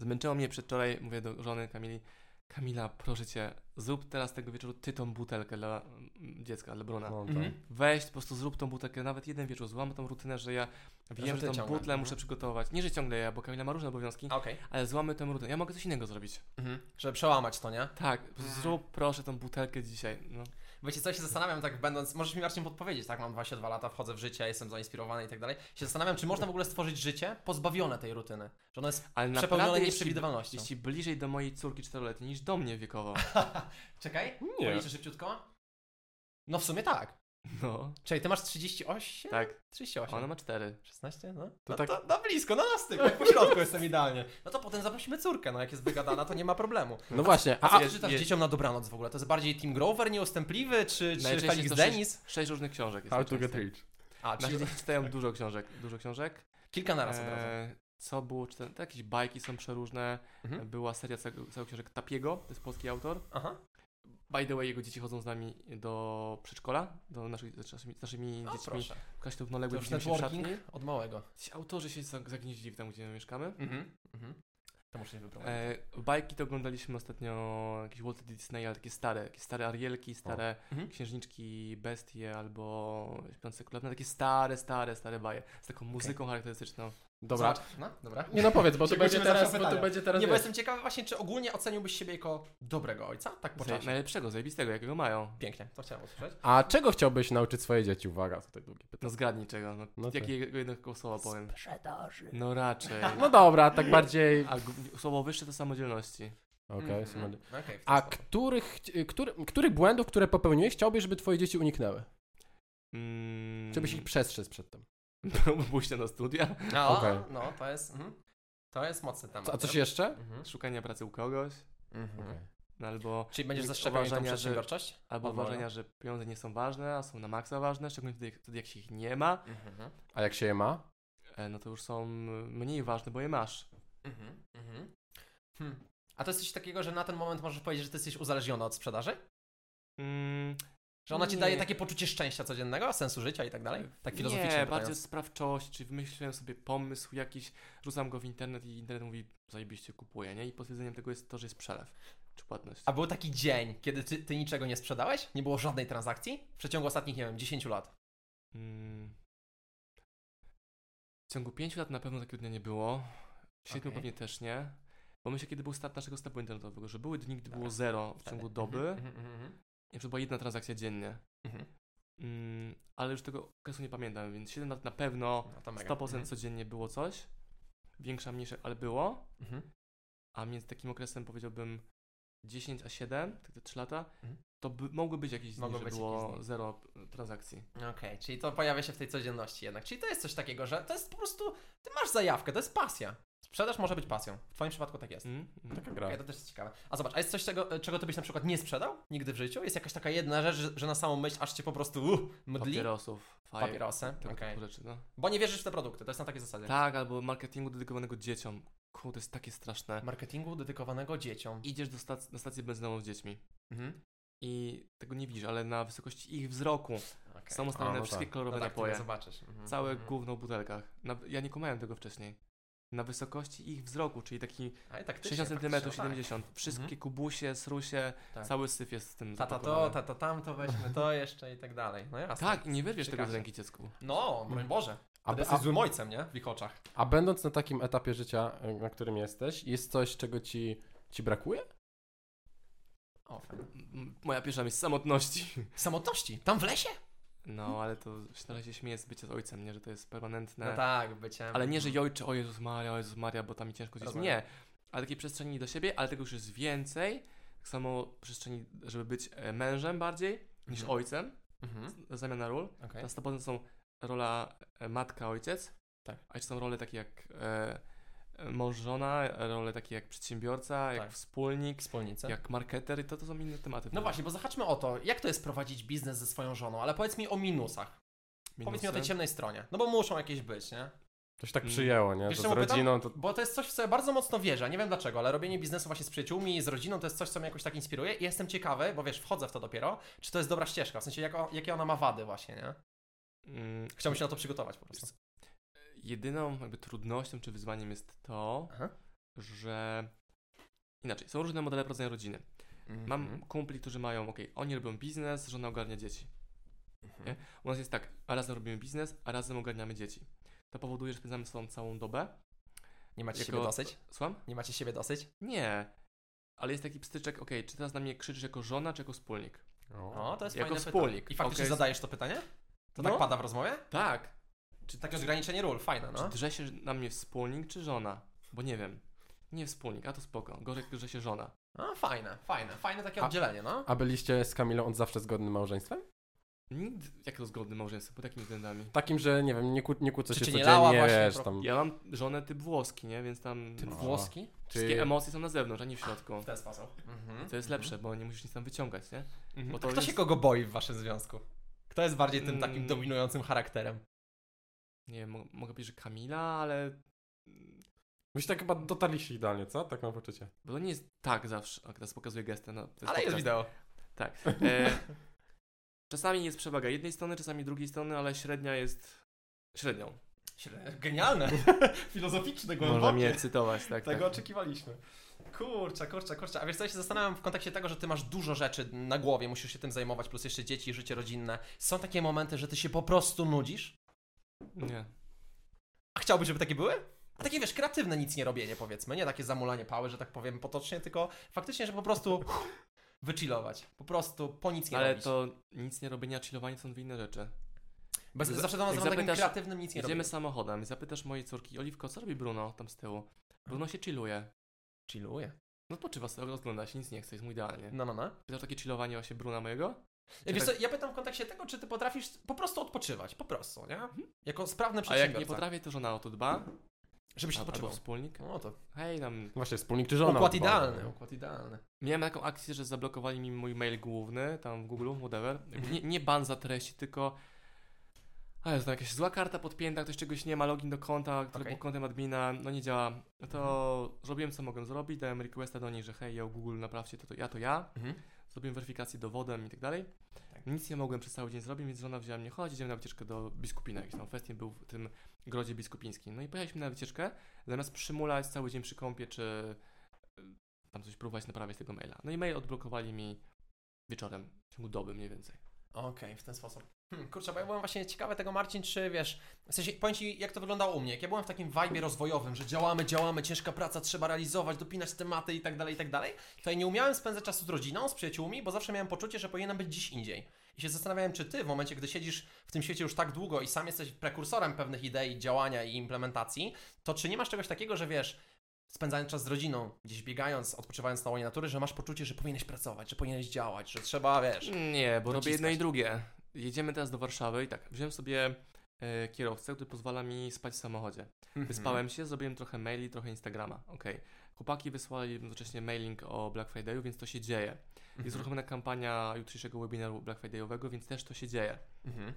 Zmęczyło mnie przedwczoraj, mówię do żony Kamili, Kamila, proszę cię, zrób teraz tego wieczoru ty tą butelkę dla mm, dziecka, Lebrona.
No,
Mhm.
tak.
Weź, po prostu zrób tą butelkę, nawet jeden wieczór, złam tą rutynę, że ja
Że
wiem,
ty
że tą butlę
ciągle,
no.
mhm.
muszę przygotować. Nie, że ciągle ja, bo Kamila ma różne obowiązki,
Okej.
ale złamy tą rutynę. Ja mogę coś innego zrobić.
Mhm. Żeby przełamać to, nie?
Tak, po prostu zrób proszę tą butelkę dzisiaj. No.
Wiecie, co ja się zastanawiam, tak będąc, możesz mi Marcin podpowiedzieć, tak? Mam 22 lata, wchodzę w życie, jestem zainspirowany i tak dalej. Się zastanawiam, czy można w ogóle stworzyć życie pozbawione tej rutyny. Że ono jest
Ale
przepełnione
naprawdę jeśli,
nieprzewidywalnością.
jeśli bliżej do mojej córki czteroletniej niż do mnie wiekowo.
Czekaj,
Nie.
policzę szybciutko. No w sumie tak.
No,
Czyli ty masz 38?
tak.
38.
Ona ma cztery.
16? No
To
to,
tak-
tak... to na blisko, no na styku, po środku jestem idealnie. No to potem zaprosimy córkę, no jak jest wygadana, to nie ma problemu. Znaczy,
No właśnie,
A co
a, a
ty czytasz
jest-
dzieciom na dobranoc w ogóle? To jest bardziej Tim Grover nieustępliwy, czy, czy
Najczęściej
Felix
to
Denis?
Sześć różnych książek jest.
How to
najczęściej.
get rich.
A,
Nasze
czyli
dzieci czytają dużo książek, dużo książek.
kilka naraz Tak. od razu.
E, co było, czy to jakieś bajki są przeróżne.
Mhm.
Była seria całych całych książek Tapiego, to jest polski autor.
Aha.
By the way, jego dzieci chodzą z nami do przedszkola, do naszych, z naszymi, z naszymi
No
dziećmi.
proszę.
Kaś tu w
To
Noległej
już
widzimy się w
networking
szatni.
od małego.
Ci autorzy się zag- zagnieździli w tam, gdzie my mieszkamy.
Mhm. mhm. To muszę nie wyprowadzić.
E, bajki to oglądaliśmy ostatnio, jakieś Walt Disney, ale takie stare, jakieś stare Arielki, stare
Mhm.
Księżniczki, Bestie albo Śpiące Królewne, takie stare, stare, stare baje, z taką muzyką charakterystyczną.
Dobra.
Zobacz. No, dobra.
Nie no powiedz, bo to
Czekaj,
będzie
żeby
teraz,
zawsze
bo to
pytania.
będzie teraz.
Nie, bo
wiesz.
jestem ciekawy właśnie, czy ogólnie oceniłbyś siebie jako dobrego ojca? Tak po
Zaje-
czasie.
najlepszego, zajebistego, jakiego mają.
Pięknie, to chciałem usłyszeć.
A czego chciałbyś nauczyć swoje dzieci? Uwaga, tutaj długie pytanie.
No zgadnij czego, no,
No tak.
jakiego jednego słowa powiem. No raczej.
No dobra, tak bardziej.
A g- słowo wyższe to samodzielności.
Okej,
Mhm.
Simon.
Okej, w ten
A
sposób.
których, chci- który, których błędów, które popełniłeś, chciałbyś, żeby twoje dzieci uniknęły?
Mm,
Żebyś ich przestrzec przed tym.
Pójście na studia,
No,
Okej.
no, to jest. Mhm. To jest mocny temat.
Co- A coś
nie?
jeszcze?
Mhm.
szukanie pracy u kogoś,
Mhm.
Okej.
no albo,
Czyli będziesz
I
zaszczepiał im tą
uważania, że-
przedsiębiorczość?
albo
Albo-
uważania, że pieniądze nie są ważne, a są na maksa ważne, szczególnie wtedy, wtedy jak się ich nie ma,
Mhm.
A jak się je ma?
e, no to już są mniej ważne, bo je masz.
Mhm. Mhm. Hmm. A to jest coś takiego, że na ten moment możesz powiedzieć, że ty jesteś uzależniony od sprzedaży?
Mm,
Że ona ci
Nie.
daje takie poczucie szczęścia codziennego, sensu życia i tak dalej? Tak filozoficznie
E, Nie,
pytając.
bardziej sprawczość, czy wymyśliłem sobie pomysł jakiś, rzucam go w internet i internet mówi, zajebiście kupuję, nie? I potwierdzeniem tego jest to, że jest przelew, czy płatność.
A był taki dzień, kiedy ty, ty niczego nie sprzedałeś? Nie było żadnej transakcji? W przeciągu ostatnich, nie wiem, 10 lat.
Mm. W ciągu pięciu lat na pewno takiego dnia nie było. W siedmiu
Okej.
pewnie też nie. Bo myślę, kiedy był start naszego sklepu internetowego, że były dni, gdy
Dobra.
było zero w
Wtedy.
ciągu doby,
Mhm, mhm, mhm,
i na przykład była jedna transakcja dziennie.
mhm.
Mm, ale już tego okresu nie pamiętam, więc 7 lat na pewno
No to mega.
100%
Mhm,
codziennie było coś. Większa, mniejsza, ale było.
mhm.
A między takim okresem powiedziałbym 10 a 7, tak te 3 lata,
Mhm.
to by, mogły być jakieś dni,
Mogły
że
być jakieś
było
dni.
zero e, transakcji.
mhm. Okej, czyli to pojawia się w tej codzienności jednak. Czyli to jest coś takiego, że to jest po prostu, ty masz zajawkę, to jest pasja. Sprzedaż może być pasją. W twoim przypadku tak jest.
Mm? Mm.
Taka
Okej,
gra.
to też jest ciekawe. A zobacz, a jest coś, tego, czego ty byś na przykład nie sprzedał nigdy w życiu? Jest jakaś taka jedna rzecz, że, że na samą myśl aż cię po prostu uh, mdli?
Papierosów, fajek,
Papierosy.
tego
okej.
typu rzeczy, no.
Bo nie wierzysz w te produkty, to jest na takiej zasadzie.
Tak, albo marketingu dedykowanego dzieciom. Kurde, to jest takie straszne.
Marketingu dedykowanego dzieciom.
Idziesz do stac- na stację benzynową z dziećmi
Mhm.
i tego nie widzisz, ale na wysokości ich wzroku
Okej.
są
A,
ustawione
no
wszystkie
tak.
kolorowe
No tak,
napoje.
tyle zobaczysz. Mhm.
Całe
Mhm.
gówno w butelkach. Na, ja nie kumałem tego wcześniej. Na wysokości ich wzroku, czyli taki
A i tak
60 cm, 70 Wszystkie
Mhm.
kubusie, srusie,
Tak.
cały syf jest z tym
Tata to,
zapakowany.
tata tamto, weźmy to jeszcze i tak dalej. No jasne.
Tak, Mhm. i nie wyrwiesz tego z
Ciekawe.
ręki dziecku.
No, broń Boże.
A,
A
b-
jesteś
a,
złym ojcem, nie? W ich oczach.
a będąc na takim etapie życia, y, na którym jesteś, jest coś, czego ci, ci brakuje?
O, fajnie.
M- Moja pierwsza myśl
[laughs]
samotności.
Samotności, tam w lesie?
No, ale to się teraz się śmieję z bycia z ojcem, nie? Że to jest permanentne.
No tak, bycie.
Ale nie, że jojcze, o Jezus Maria, o Jezus Maria, bo tam mi ciężko gdzieś.
Rozumiem.
Nie, ale takiej przestrzeni do siebie, ale tego już jest więcej. Tak samo przestrzeni, żeby być e, mężem bardziej niż
Mhm.
ojcem,
Mhm.
zamiana ról.
okej.
Na 100% są rola e, matka, ojciec,
Tak.
a jeszcze są role takie jak e, e, mąż, żona, e, role takie jak przedsiębiorca, jak
Tak.
wspólnik,
Wspólnica.
jak marketer i to, to są inne tematy.
No właśnie, bo zahaczmy o to, jak to jest prowadzić biznes ze swoją żoną, ale powiedz mi o minusach. Powiedz mi o tej
Minusy.
ciemnej stronie. No bo muszą jakieś być, nie?
To się tak
Mm.
przyjęło, nie? Że
Wiesz,
z
czemu pytam?
rodziną to...
Bo to jest coś, w co ja bardzo mocno wierzę. Nie wiem dlaczego, ale robienie biznesu właśnie z przyjaciółmi, z rodziną to jest coś, co mnie jakoś tak inspiruje. I jestem ciekawy, bo wiesz, wchodzę w to dopiero, czy to jest dobra ścieżka, w sensie jak o, jakie ona ma wady właśnie, nie?
Mm,
Chciałbym się na to przygotować po prostu.
Jedyną jakby trudnością czy wyzwaniem jest to,
Aha.
że inaczej, są różne modele prowadzenia rodziny.
Mhm.
Mam kumpli, którzy mają, okej, oni robią biznes, żona ogarnia dzieci.
Mhm.
nie? U nas jest tak, a razem robimy biznes, a razem ogarniamy dzieci. To powoduje, że spędzamy sobą całą dobę.
Nie macie
Jako-
siebie dosyć?
Słucham?
Nie macie siebie dosyć?
Nie. Ale jest taki pstryczek, okej, czy teraz na mnie krzyczysz jako żona, czy jako wspólnik?
No, to jest
Jako
fajne
wspólnik.
pytanie. I faktycznie
Okej.
zadajesz to pytanie? To
No.
tak pada w rozmowie?
Tak. Czy
Takie rozgraniczenie ról, fajne,
Czy
no.
drze się na mnie wspólnik, czy żona? Bo nie wiem. Nie wspólnik, a to spoko. Gorzej, jak drze się żona.
No, fajne, fajne, fajne takie
A-
oddzielenie, no.
A byliście z Kamilą od zawsze zgodnym małżeństwem?
Nigdy, jak to zgodny małżeństwo, pod takimi względami.
Takim, że nie wiem, nie, kłó- nie kłócę
Czy
się
cię nie
codziennie,
lała właśnie
wiesz,
pro-
tam...
Ja mam żonę typ włoski, nie? Więc tam
Typ
no,
włoski?
wszystkie emocje są na zewnątrz, a nie w środku.
W ten sposób.
Mhm.
To jest lepsze, bo nie musisz nic tam wyciągać, nie? Bo
A
to
kto się
jest-
kogo boi w waszym związku? Kto jest bardziej tym takim
Mm.
dominującym charakterem?
Nie wiem, mo- mogę powiedzieć, że Kamila, ale...
Myście tak chyba dotarliście idealnie, co? Tak mam poczucie.
Bo to nie jest tak zawsze. A teraz pokazuję gestę. No, to jest
Ale jest
podcast.
wideo.
Tak. E, czasami jest przewaga jednej strony, czasami drugiej strony, ale średnia jest średnią.
Genialne. [laughs] Filozoficzne,
Można
głębokie.
mnie cytować, tak.
No, Tego
tak.
oczekiwaliśmy. Kurczę, kurczę, kurczę. A wiesz co, ja się zastanawiam w kontekście tego, że ty masz dużo rzeczy na głowie, musisz się tym zajmować, plus jeszcze dzieci, życie rodzinne. Są takie momenty, że ty się po prostu nudzisz?
Nie.
A chciałbyś, żeby takie były? A takie, wiesz, kreatywne nic nie robienie, powiedzmy. Nie takie zamulanie pały, że tak powiem potocznie, tylko faktycznie, że po prostu wychillować. Po prostu po nic nie
Ale
robić.
to nic nie robienia, chillowanie są dwie inne rzeczy.
Bez,
za-
zawsze to nazywam
jak
takim
zapytasz-
kreatywnym nic nie
Jedziemy
robieniem.
samochodem i zapytasz mojej córki, Oliwko, co robi Bruno tam z tyłu? Bruno się chilluje.
Chilluję.
No odpoczywa sobie, rozgląda się, nic nie chce, jest mu idealnie.
No, no, no.
Pytasz takie chillowanie właśnie Bruna mojego?
Ja, wiesz
tak-
co, ja pytam w kontekście tego, czy ty potrafisz po prostu odpoczywać, po prostu, nie? Jako sprawny
Mhm. A jak
przedsiębiorca.
nie potrafię, to żona o to dba.
Żebyś
Al- Albo
odpoczywał.
wspólnik.
No to
Hej, tam...
Właśnie, wspólnik czy żona?
układ
Bo-
idealny,
no.
układ idealny.
Miałem taką akcję, że zablokowali mi mój mail główny, tam w Google, whatever. Jakby Nie, nie ban za treści, tylko... Ale to jakaś zła karta podpięta, ktoś czegoś nie ma, login do konta, który
Okej.
był kontem admina, no nie działa. No to zrobiłem co mogłem zrobić, dałem requesta do niej, że hej, yo, Google, naprawcie to, to ja, to ja. zrobiłem weryfikację dowodem i tak dalej.
Tak.
Nic nie mogłem przez cały dzień zrobić, więc żona wzięła mnie, chodź, idziemy na wycieczkę do Biskupina. Jakiś tam festyn był w tym grodzie biskupińskim. No i pojechaliśmy na wycieczkę, zamiast przymulać cały dzień przy kąpie, czy y, tam coś próbować naprawiać tego maila. No i mail odblokowali mi wieczorem, w ciągu doby mniej więcej.
Okej, w ten sposób. Hmm, kurczę, bo ja byłem właśnie ciekawy tego, Marcin, czy wiesz, w sensie, powiem Ci, jak to wyglądało u mnie, jak ja byłem w takim wajbie rozwojowym, że działamy, działamy, ciężka praca, trzeba realizować, dopinać tematy i tak dalej, i tak dalej, to ja nie umiałem spędzać czasu z rodziną, z przyjaciółmi, bo zawsze miałem poczucie, że powinienem być gdzieś indziej. I się zastanawiałem, czy Ty, w momencie, gdy siedzisz w tym świecie już tak długo i sam jesteś prekursorem pewnych idei, działania i implementacji, to czy nie masz czegoś takiego, że wiesz, spędzając czas z rodziną, gdzieś biegając, odpoczywając na łonie natury, że masz poczucie, że powinieneś pracować, że powinieneś działać, że trzeba, wiesz...
Nie, bo robię jedno
Dociskać.
i drugie. Jedziemy teraz do Warszawy i tak, wziąłem sobie e, kierowcę, który pozwala mi spać w samochodzie. Wyspałem się, zrobiłem trochę maili, trochę Instagrama. Okej. Chłopaki wysłali jednocześnie mailing o Black Friday'u, więc to się dzieje. Jest uruchomiona kampania jutrzejszego webinaru Black Friday'owego, więc też to się dzieje.
Mhm.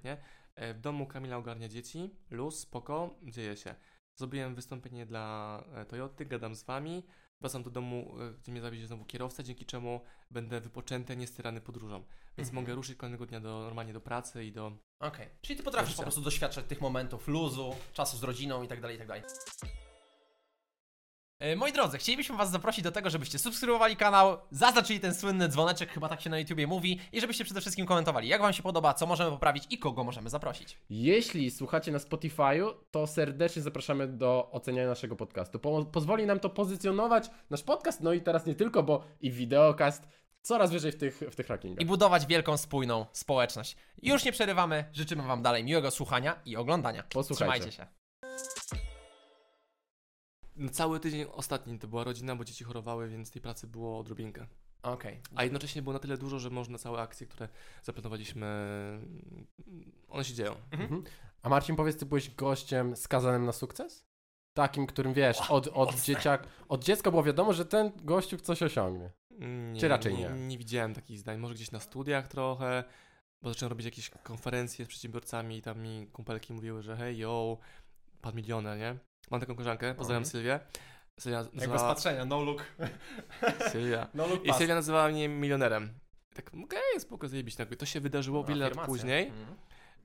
E, W domu Kamila ogarnia dzieci, luz, spoko, dzieje się. Zrobiłem wystąpienie dla e, Toyoty, gadam z wami, wracam do domu, e, gdzie mnie zawiezie znowu kierowca, dzięki czemu będę wypoczęty, nie styrany podróżą. Więc
Mhm.
mogę ruszyć kolejnego dnia do, normalnie do pracy i do...
Okej, czyli ty potrafisz po
Dobrze.
prostu doświadczać tych momentów luzu, czasu z rodziną i tak dalej, i tak dalej. E, Moi drodzy, chcielibyśmy Was zaprosić do tego, żebyście subskrybowali kanał, zaznaczyli ten słynny dzwoneczek, chyba tak się na YouTubie mówi, i żebyście przede wszystkim komentowali, jak Wam się podoba, co możemy poprawić i kogo możemy zaprosić.
Jeśli słuchacie na Spotify'u, to serdecznie zapraszamy do oceniania naszego podcastu. Po pozwoli nam to pozycjonować nasz podcast, no i teraz nie tylko, bo i wideokast coraz wyżej w tych, w tych rankingach.
I budować wielką, spójną społeczność. Już nie przerywamy, życzymy Wam dalej miłego słuchania i oglądania.
Posłuchajcie.
Trzymajcie się.
No, Cały tydzień ostatni to była rodzina, bo dzieci chorowały, więc tej pracy było odrobinkę.
Okej.
A jednocześnie było na tyle dużo, że można całe akcje, które zaplanowaliśmy, mm, one się dzieją.
Mhm. A Marcin, powiedz, ty byłeś gościem skazanym na sukces? Takim, którym wiesz, od, od, dzieciak, od dziecka było wiadomo, że ten gościu coś osiągnie.
Nie,
Czy raczej
nie?
nie?
Nie widziałem takich zdań. Może gdzieś na studiach trochę, bo zacząłem robić jakieś konferencje z przedsiębiorcami i tam mi kumpelki mówiły, że hej, yo, pan milioner, nie? Mam taką koleżankę, pozdrawiam
Mhm.
Sylwię. Sylwia
Jakby z
nazywała...
patrzenia, no look.
[laughs] Sylwia.
No look
I
pass.
Sylwia nazywała mnie milionerem. I Tak, okej, spoko, zajebić. Tak, to się wydarzyło wiele lat
Afirmacja.
później.
Mhm.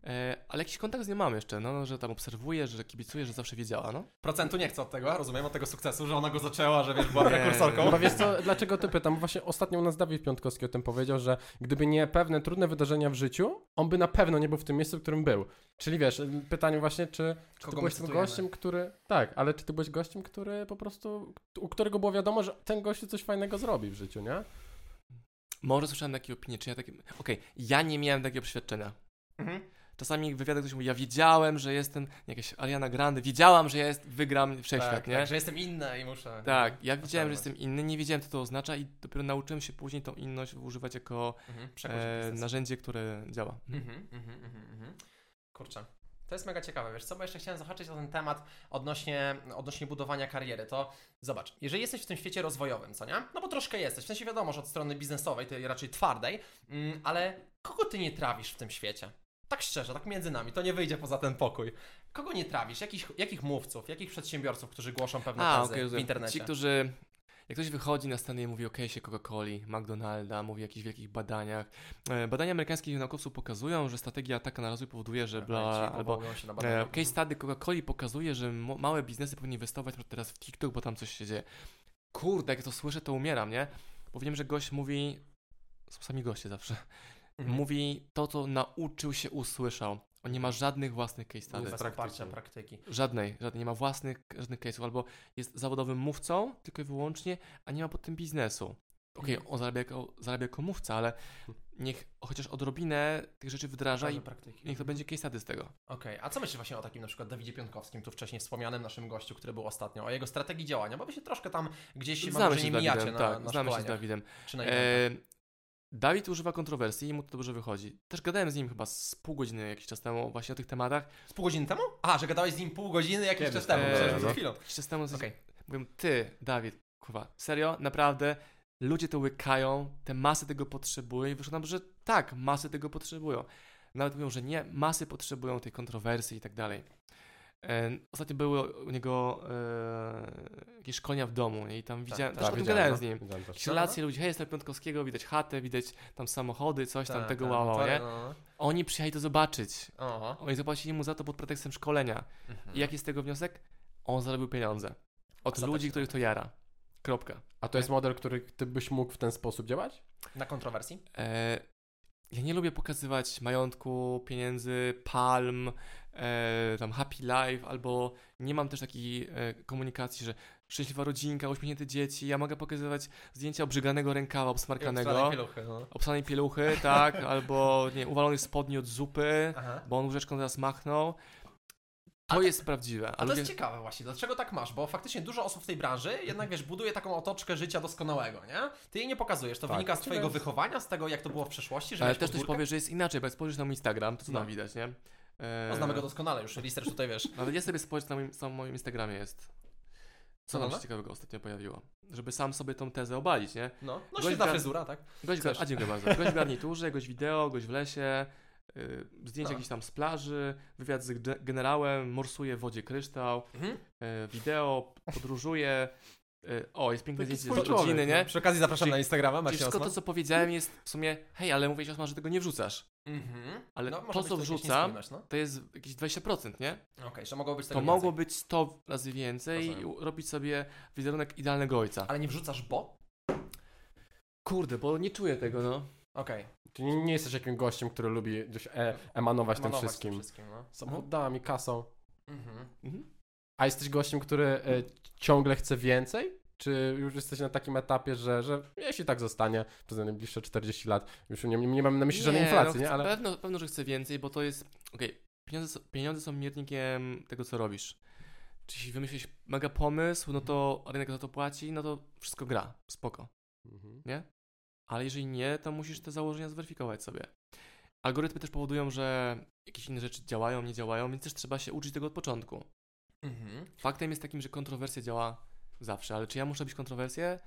E, ale jakiś kontakt z nią mam jeszcze, no, że tam obserwuję, że kibicuję, że zawsze wiedziała, no.
Procentu nie chcę od tego, rozumiem, od tego sukcesu, że ona go zaczęła, że wiesz, była
Nie.
prekursorką.
Chyba No wiesz co, dlaczego ty pytam? Bo Właśnie ostatnio u nas Dawid Piątkowski o tym powiedział, że gdyby nie pewne trudne wydarzenia w życiu, on by na pewno nie był w tym miejscu, w którym był. Czyli wiesz, pytanie właśnie, czy, czy ty
Kogo my
byłeś tym
cytujemy?
gościem, który... Tak, ale czy ty byłeś gościem, który po prostu... U którego było wiadomo, że ten gościu coś fajnego zrobi w życiu, nie?
Może słyszałem takie opinie, czy ja takie... Okej, ja nie miałem takiego przeświadczenia.
Mhm.
Czasami w wywiadach ktoś mówi, ja wiedziałem, że jestem, jakaś Ariana Grande, wiedziałam, że jest, wygram wszechświat,
Tak,
nie?
tak, że jestem inna i muszę.
Tak, ja widziałem, że
tak.
jestem inny, nie wiedziałem, co to oznacza i dopiero nauczyłem się później tą inność używać jako
Mhm. Przekuć
e,
biznes.
narzędzie, które działa.
Mhm, mhm, mhm, mhm. Kurczę. To jest mega ciekawe, wiesz co, bo jeszcze chciałem zahaczyć o ten temat odnośnie, odnośnie budowania kariery, to zobacz, jeżeli jesteś w tym świecie rozwojowym, co nie? No bo troszkę jesteś, w sensie wiadomo, że od strony biznesowej, tej raczej twardej, mm, ale kogo ty nie trawisz w tym świecie? Tak szczerze, tak między nami, to nie wyjdzie poza ten pokój. Kogo nie trawisz? Jakich, jakich mówców, jakich przedsiębiorców, którzy głoszą pewne
A,
tezy
okej,
w
rozumiem.
internecie?
Ci, którzy... Jak ktoś wychodzi na scenę i mówi o case'ie Coca-Coli, McDonalda, mówi o jakichś wielkich badaniach. E, Badania amerykańskich naukowców pokazują, że strategia ataka na rozwój powoduje,
Tak,
że bla,
Ci
albo
powołują się na badania.
E, Case study Coca-Coli pokazuje, że mo- małe biznesy powinny inwestować teraz w TikTok, bo tam coś się dzieje. Kurde, jak to słyszę, to umieram, nie? Bo wiem, że gość mówi, są sami goście zawsze,
Mhm.
mówi to, co nauczył się, usłyszał. On nie ma żadnych własnych case
Bez
study.
oparcia
praktyki.
praktyki.
No Żadnej, żadnej. Nie ma własnych, żadnych case'ów. Albo jest zawodowym mówcą, tylko i wyłącznie, a nie ma pod tym biznesu. Okej, on zarabia jako, zarabia jako mówca, ale niech chociaż odrobinę tych rzeczy wdraża i
praktyki.
niech to będzie case study z tego.
Okej, a co myślisz właśnie o takim na przykład Dawidzie Piątkowskim, tu wcześniej wspomnianym naszym gościu, który był ostatnio, o jego strategii działania, bo wy się troszkę tam gdzieś mam,
Znamy
że
się
nie
z Dawidem,
mijacie na,
tak,
na
znamy się z
szkoleniach,
Dawidem.
czy na tak. eventach.
E, Dawid używa kontrowersji i mu to dobrze wychodzi. Też gadałem z nim chyba z pół godziny jakiś czas temu właśnie o tych tematach.
Z pół godziny temu? A, że gadałeś z nim pół godziny jakiś
Kiedyś
czas
tam
temu,
było,
przecież
no.
przed chwilą.
Jakiś czas temu
Okej,
okay. mówię, ty, Dawid, kurwa, serio, naprawdę, ludzie to łykają, te masy tego potrzebują i wyszło nam, że tak, masy tego potrzebują. Nawet mówią, że nie, masy potrzebują tej kontrowersji i tak dalej. E, Ostatnio były u niego e, jakieś szkolenia w domu nie? i tam widziałem,
tak,
też o tym
widziałem,
gadałem
no.
z nim.
Widziałem też.
Jakieś relacje ludzi, hej, jestem Piątkowskiego, widać chatę, widać tam samochody, coś tam,
tak,
tego
tak,
wow, wow,
to-
nie?
no,
Oni przyjechali to zobaczyć.
no. Oho. Mhm.
Oni zapłacili mu za to pod pretekstem szkolenia. I jaki jest tego wniosek? On zarobił pieniądze. Od
Ostatecznie.
ludzi, których to jara. Kropka.
A to jest model, który ty byś mógł w ten sposób działać?
Na kontrowersji?
E, ja nie lubię pokazywać majątku, pieniędzy, palm, e, tam happy life, albo nie mam też takiej e, komunikacji, że szczęśliwa rodzinka, uśmiechnięte dzieci. Ja mogę pokazywać zdjęcia obrzyganego rękawa, obsmarkanego,
pieluchy, no.
obsanej pieluchy,
[laughs]
tak, albo nie, uwalonych spodni od zupy,
Aha.
bo on łyżeczką teraz machnął.
A
To
to-
jest prawdziwe.
A
ale
to jest ciekawe właśnie, dlaczego tak masz, bo faktycznie dużo osób w tej branży jednak, wiesz, buduje taką otoczkę życia doskonałego, nie? Ty jej nie pokazujesz, to
Tak.
wynika z
Ciekawe
twojego
jest-
wychowania, z tego jak to było w przeszłości, że
Ale
miałeś
też ktoś
podwórkę?
powie, że jest inaczej, bo jak spojrzysz na mój Instagram, to co
No.
tam widać, nie? E,
No, znamy go doskonale już, research tutaj, wiesz.
Nawet ja sobie spojrzę na moim, sam moim Instagramie jest.
Co
Co tam
nowe?
się ciekawego ostatnio pojawiło? Żeby sam sobie tą tezę obalić, nie?
No, no
Gość
świetna
gra-
fryzura, tak?
Gość,
Też.
a dziękuję bardzo. Gość w garniturze, gość wideo, gość w lesie, y, zdjęcia
No.
jakieś tam z plaży, wywiad z gde- generałem, morsuje w wodzie kryształ,
Mhm.
y, wideo, podróżuje. y, O, jest piękne
Taki
zdjęcie
swój
z rodziny,
człowiek,
nie?
Przy okazji zapraszam
Czyli-
na Instagrama,
Czyli
Maciej
wszystko to,
Osman.
co powiedziałem jest w sumie, hej, ale mówiłeś Osman, że tego nie wrzucasz.
Mhm.
ale
no,
to,
może być
co
jakieś
wrzucam-
niespójność, no.
To jest jakieś 20%, nie?
Okej, że mogło być tego
To mogło być 100 razy więcej i
Rozumiem.
u- robić sobie wizerunek idealnego ojca.
Ale nie wrzucasz, bo?
Kurde, bo nie czuję tego, no.
Okej.
Ty nie nie jesteś jakim gościem, który lubi gdzieś e emanować tym
Malować
wszystkim.
no.
Samochodami, kasą.
Mhm.
Mhm.
A jesteś gościem, który e, ciągle chce więcej? Czy już jesteś na takim etapie, że, że jeśli tak zostanie przez najbliższe 40 lat, już nie, nie mam na myśli żadnej
no,
inflacji, nie?
chcę-
Ale
Pewno, pewno, że chcę więcej, bo to jest... Okej, pieniądze, są- pieniądze są miernikiem tego, co robisz. Czyli jeśli wymyślisz mega pomysł, no to rynek za to płaci, no to wszystko gra, spoko.
Mhm.
Ale jeżeli nie, to musisz te założenia zweryfikować sobie. Algorytmy też powodują, że jakieś inne rzeczy działają, nie działają, więc też trzeba się uczyć tego od początku.
Mhm.
Faktem jest takim, że kontrowersja działa zawsze, ale czy ja muszę być kontrowersję?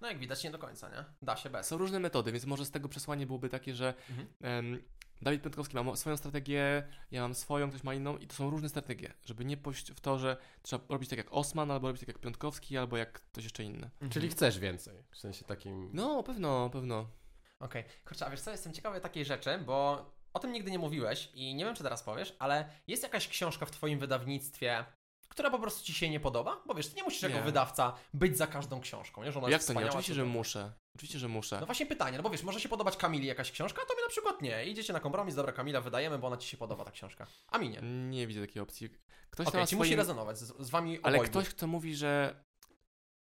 No jak widać, nie do końca, nie? Da się bez.
Są różne metody, więc może z tego przesłanie byłoby takie, że
Mhm.
em, Dawid Piątkowski ma mo- swoją strategię, ja mam swoją, ktoś ma inną i to są różne strategie, żeby nie pójść w to, że trzeba robić tak jak Osman, albo robić tak jak Piątkowski, albo jak ktoś jeszcze inny.
Mhm.
Czyli chcesz więcej, w sensie takim...
No, pewno, pewno.
Okej, kurczę, a wiesz co, jestem ciekawy takiej rzeczy, bo o tym nigdy nie mówiłeś i nie wiem, czy teraz powiesz, ale jest jakaś książka w twoim wydawnictwie, która po prostu ci się nie podoba? Bo wiesz, ty nie musisz jako
Nie.
wydawca być za każdą książką, nie? Że ona
Jak
jest
to nie?
wspaniała,
Oczywiście,
super.
że muszę. Oczywiście, że muszę.
No właśnie pytanie, no bo wiesz, może się podobać Kamili jakaś książka, a tobie na przykład nie. Idziecie na kompromis, dobra Kamila, wydajemy, bo ona ci się podoba ta książka. A mi nie. Okej,
Nie widzę takiej opcji. Ktoś tam
ci
ma
musi
swoim-
rezonować z, z wami
Ale
obojgu.
ktoś, kto mówi, że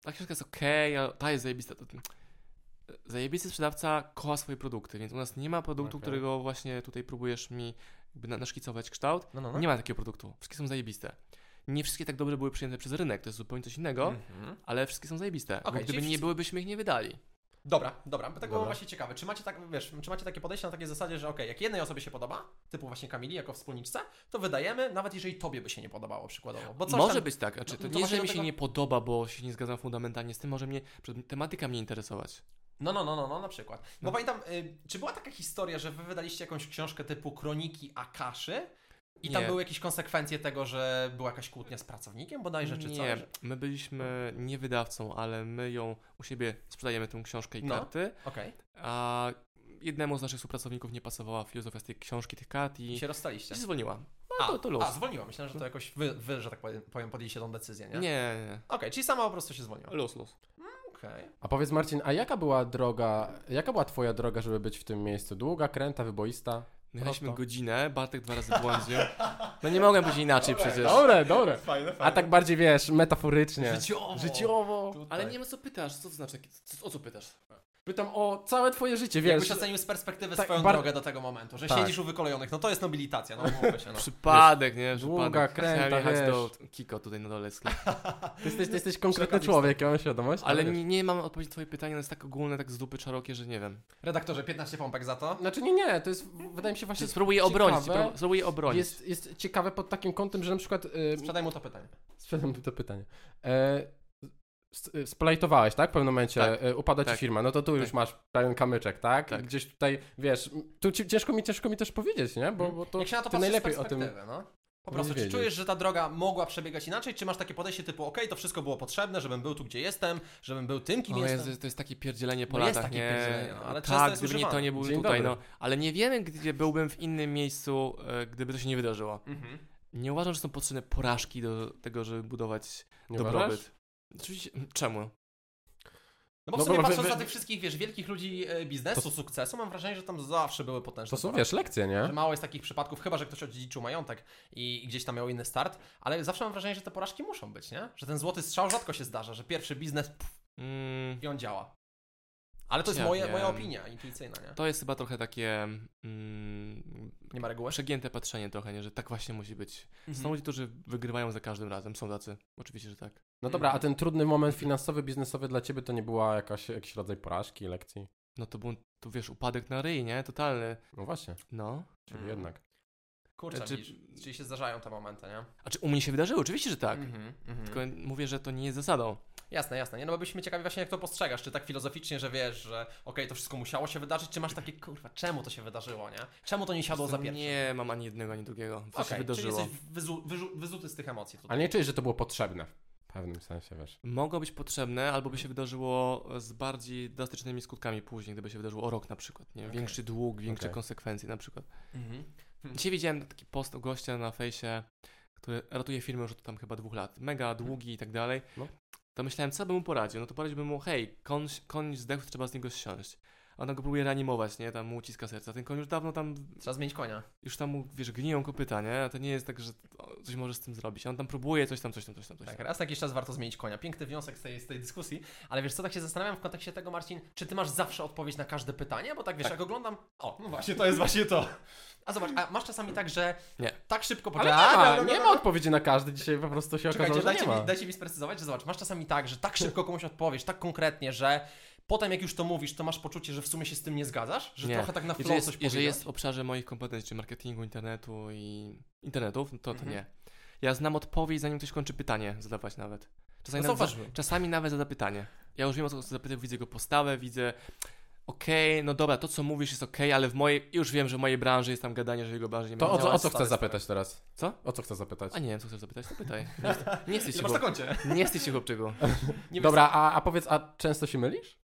ta książka jest okej, a ta jest zajebista, to... Zajebisty sprzedawca kocha swoje produkty, więc u nas nie ma produktu,
Okej.
którego właśnie tutaj próbujesz mi jakby na- naszkicować kształt.
No, no, no.
Nie ma takiego produktu. Wszystkie są zajebiste. Nie wszystkie tak dobrze były przyjęte przez rynek, to jest zupełnie coś innego,
Mhm.
ale wszystkie są zajebiste. bo
Okej,
gdyby
czyli
nie
wszy-
były, byśmy ich nie wydali.
Dobra, dobra, bo tak było
Dobra.
właśnie ciekawe. Czy macie, tak, wiesz, czy macie takie podejście na takiej zasadzie, że okej, jak jednej osobie się podoba, typu właśnie Kamili jako wspólniczce, to wydajemy, nawet jeżeli tobie by się nie podobało przykładowo. Bo coś
Może
tam...
być tak. Znaczy,
No,
to
to
nie,
właśnie
że mi się
dlatego-
nie podoba, bo się nie zgadzam fundamentalnie z tym, może mnie przed- tematyka mnie interesować.
No, no, no, no, no, na przykład. Bo
No.
pamiętam, y, czy była taka historia, że wy wydaliście jakąś książkę typu Kroniki Akaszy i tam
Nie.
były jakieś konsekwencje tego, że była jakaś kłótnia z pracownikiem bodajże, czy
nie,
coś?
my byliśmy nie wydawcą, ale my ją u siebie sprzedajemy tę książkę i
No.
karty,
Okej,
a jednemu z naszych współpracowników nie pasowała filozofia z tej książki, tych kart i
i
się
się rozstaliście.
zwolniła. No to, to
a,
los.
a, zwolniła. Myślałem, że to jakoś wy, wy że tak powiem- powiem, podjęliście tą decyzję, nie?
nie,
Okej,
nie,
czyli sama po prostu się zwolniła.
los, los.
Okej.
A powiedz Marcin, a jaka była droga, jaka była twoja droga, żeby być w tym miejscu? Długa, kręta, wyboista?
Mieliśmy
Prosto.
godzinę, Bartek dwa razy błądził. No nie mogłem być inaczej przecież.
Dobre, dobre.
Fajne,
A tak bardziej, wiesz, metaforycznie.
tak-
Życiowo.
Życiowo.
Ale nie wiem, co pytasz, co to znaczy, co, o co pytasz?
Pytam o całe twoje życie,
Jakbyś
wiesz.
ocenił z perspektywy
tak,
swoją
bar-
drogę do tego momentu, że
Tak.
siedzisz u wykolejonych, no to jest nobilitacja, no umówmy się, no.
Przypadek, nie?
długa
Przypadek.
kręta,
Chciałem jechać do
wiesz.
Kiko tutaj na dole sklepu.
Ty jesteś, ty jesteś konkretny
Szeroka
człowiek, ja mam świadomość.
Ale
wiesz.
nie, nie mam odpowiedzi na twoje pytanie, ono jest tak ogólne, tak z dupy szerokie, że nie wiem.
Redaktorze, 15 pompek za to.
Znaczy nie, nie, to jest, wydaje mi się właśnie...
Spróbuję
ciekawe,
obronić, spró- spróbuję obronić.
Jest, jest ciekawe pod takim kątem, że na przykład... y,
Sprzedaj mu to pytanie.
Sprzedam to pytanie. E, s- y, splajtowałeś, tak? W pewnym momencie
Tak.
e, upada
Tak.
ci firma. No to tu już
Tak.
masz pewien kamyczek, tak?
Tak.
Gdzieś tutaj, wiesz, m, tu ci, ciężko, mi, ciężko mi też powiedzieć, nie? Bo, bo to
Jak się na to
ty
patrzy z
najlepiej o tym...
perspektywy, no. Po prostu, czy
wiedzieć.
czujesz, że ta droga mogła przebiegać inaczej, czy masz takie podejście typu, okej, to wszystko było potrzebne, żebym był tu, gdzie jestem, żebym był tym, kim
O
jestem.
Jezu, to No jest takie pierdzielenie po
No jest
latach,
takie
nie?
pierdzielenie, no, ale często
tak,
jest
gdyby nie to
używane.
nie byłbym
Dzień
tutaj,
dobry.
no. Ale nie wiemy, gdzie byłbym w innym miejscu, e, gdyby to się nie wydarzyło.
Mhm.
Nie uważam, że są potrzebne porażki do tego, żeby budować
Nie
dobrobyt.
uważasz?
Oczywiście, czemu?
No bo w
No
sumie
bo wy-
patrząc
wy-
na tych wszystkich, wiesz, wielkich ludzi e, biznesu, sukcesu, mam wrażenie, że tam zawsze były potężne
To są,
porażki.
wiesz, lekcje, nie?
Tak?
Że mało jest takich przypadków, chyba że ktoś odziedziczył majątek i i gdzieś tam miał inny start, ale zawsze mam wrażenie, że te porażki muszą być, nie? Że ten złoty strzał rzadko się zdarza, że pierwszy biznes pff,
Mm,
i on działa. Ale to jest
Ja
moje,
wiem.
moja opinia intuicyjna, nie?
to jest chyba trochę takie mm,
Nie ma reguły.
przegięte patrzenie trochę, nie? Że tak właśnie musi być.
Mhm.
Są ludzie, którzy wygrywają za każdym razem, są tacy. Oczywiście, że tak.
No dobra, a ten trudny moment finansowy, biznesowy dla ciebie to nie była jakaś, jakiś rodzaj porażki, lekcji?
No to był, to wiesz, upadek na ryj, nie? Totalny.
No właśnie,
No.
czyli
Mhm.
jednak.
Kurczę,
Czy-
widzisz, czyli się zdarzają te momenty, nie?
A czy Znaczy, u mnie się wydarzyło? Oczywiście, że tak.
Mhm, mhm.
Tylko mówię, że to nie jest zasadą.
Jasne, jasne. Nie, no bo byśmy ciekawi właśnie, jak to postrzegasz. Czy tak filozoficznie, że wiesz, że okej, to wszystko musiało się wydarzyć, czy masz takie, kurwa, czemu to się wydarzyło, nie? Czemu to nie siadło za pierwszym?
nie mam ani jednego, ani drugiego. Co się
Okej, czyli
wydarzyło?
jesteś wyzu, wyżu, wyzuty z tych emocji tutaj.
Ale nie czujesz, że to było potrzebne. W pewnym sensie, wiesz.
Mogło być potrzebne, albo by się wydarzyło z bardziej drastycznymi skutkami później, gdyby się wydarzyło o rok na przykład. Nie?
Okej.
Większy dług, większe
Okej.
konsekwencje na przykład.
Mhm.
Dzisiaj widziałem taki post gościa na fejsie, który ratuje firmę już od tam chyba dwóch lat. Mega
Mhm.
długi i tak dalej.
No.
To myślałem, co bym mu poradził? No to poradziłbym mu, hej, koń, koń zdechł, trzeba z niego ściąć. A ona go próbuje reanimować, nie? Tam mu uciska serca. Ten koń już dawno tam
Trzeba zmienić konia.
już tam, mu, wiesz, gniją kopyta, nie? A to nie jest tak, że o, coś możesz z tym zrobić. A On tam próbuje coś tam, coś tam, coś tam, coś
Tak,
tam.
raz na jakiś czas warto zmienić konia. Piękny wniosek z tej, z tej dyskusji. Ale wiesz co, tak się zastanawiam w kontekście tego, Marcin, czy ty masz zawsze odpowiedź na każde pytanie? Bo tak wiesz,
Tak.
jak oglądam... O, no właśnie, to jest właśnie to. A zobacz, a masz czasami tak, że
Nie.
tak szybko...
Ale
poczekaj- A,
nie ma,
dobra,
nie
dobra,
ma odpowiedzi na każdy, dzisiaj po prostu się
Czekajcie,
okazało, że nie
dajcie
ma.
mi, dajcie mi sprecyzować, że zobacz, masz czasami tak, że tak szybko komuś odpowiesz, tak konkretnie, że potem jak już to mówisz, to masz poczucie, że w sumie się z tym nie zgadzasz? Że
Nie.
trochę tak na
Jeżeli
flow coś
jest, jeżeli
powiedziałeś?
jest w obszarze moich kompetencji, czy marketingu, internetu i internetów, no to, to
Mhm.
nie. Ja znam odpowiedź, zanim ktoś kończy pytanie zadawać nawet. Czasami,
No
nawet, za,
zauważmy.
czasami nawet zada pytanie. Ja już wiem, o co zapytał, widzę jego postawę, widzę okej, no dobra, to co mówisz jest okej, ale w mojej, już wiem, że w mojej branży jest tam gadanie, że w jego branży nie ma.
To o co, o
działać.
co
stary,
chcesz zapytać teraz?
Co?
O co chcesz zapytać?
A nie wiem, co chcesz zapytać, to pytaj. Nie,
[laughs]
nie jesteś
Ile masz na
chłop...
koncie?
nie jesteś chłopczyku.
Nie wiesz,
Dobra, a, a powiedz, a często się mylisz?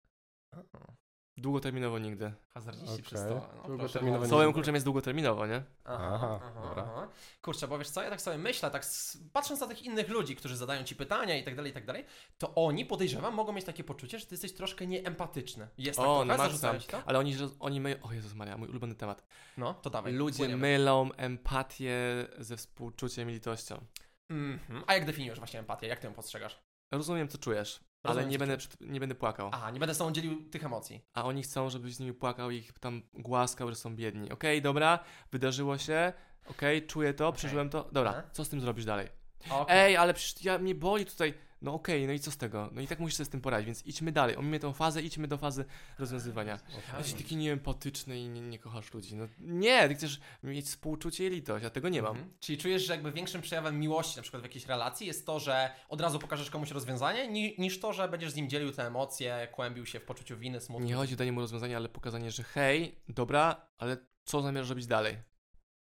Długoterminowo nigdy.
Hazardziści przy
Okej.
stole. No,
Długoterminowo
proszę bardzo.
Słowem kluczem jest długoterminowo, nie?
Aha, dobra.
aha. Kurczę, bo wiesz co, ja tak sobie myślę, tak s- patrząc na tych innych ludzi, którzy zadają ci pytania i tak dalej, i tak dalej, to oni, podejrzewam, mogą mieć takie poczucie, że ty jesteś troszkę nieempatyczny. Jest tak
O, no
trochę?
na maksa.
Zarzucają ci to?
Ale oni, że- oni my... O Jezus Maria, mój ulubiony temat.
No, to dawaj.
Ludzie
płyniemy.
mylą empatię ze współczuciem i litością.
Mhm. A jak definiujesz właśnie empatię? Jak ty ją postrzegasz?
Rozumiem, co czujesz,
Rozumiem,
ale nie
co
będę, przy- nie będę płakał.
Aha, nie będę z tobą dzielił tych emocji.
A oni chcą, żebyś z nimi płakał i ich tam głaskał, że są biedni. Okej, dobra, wydarzyło się, okej, czuję to, przeżyłem to. Dobra,
Aha.
co z tym zrobisz dalej?
Okej.
Ej, ale przecież ja, mnie boli tutaj. No okej, no i co z tego? No i tak musisz sobie z tym poradzić, więc idźmy dalej. Omijmy tą fazę, idźmy do fazy rozwiązywania. A jesteś taki nieempatyczny i nie, nie kochasz ludzi. No nie, ty chcesz mieć współczucie i litość, a tego nie mam.
Mhm. Czyli czujesz, że jakby większym przejawem miłości, na przykład w jakiejś relacji, jest to, że od razu pokażesz komuś rozwiązanie, ni- niż to, że będziesz z nim dzielił te emocje, kłębił się w poczuciu winy,
Mhm.
smutku.
Nie chodzi o danie mu rozwiązania, ale pokazanie, że hej, dobra, ale co zamierzasz robić dalej?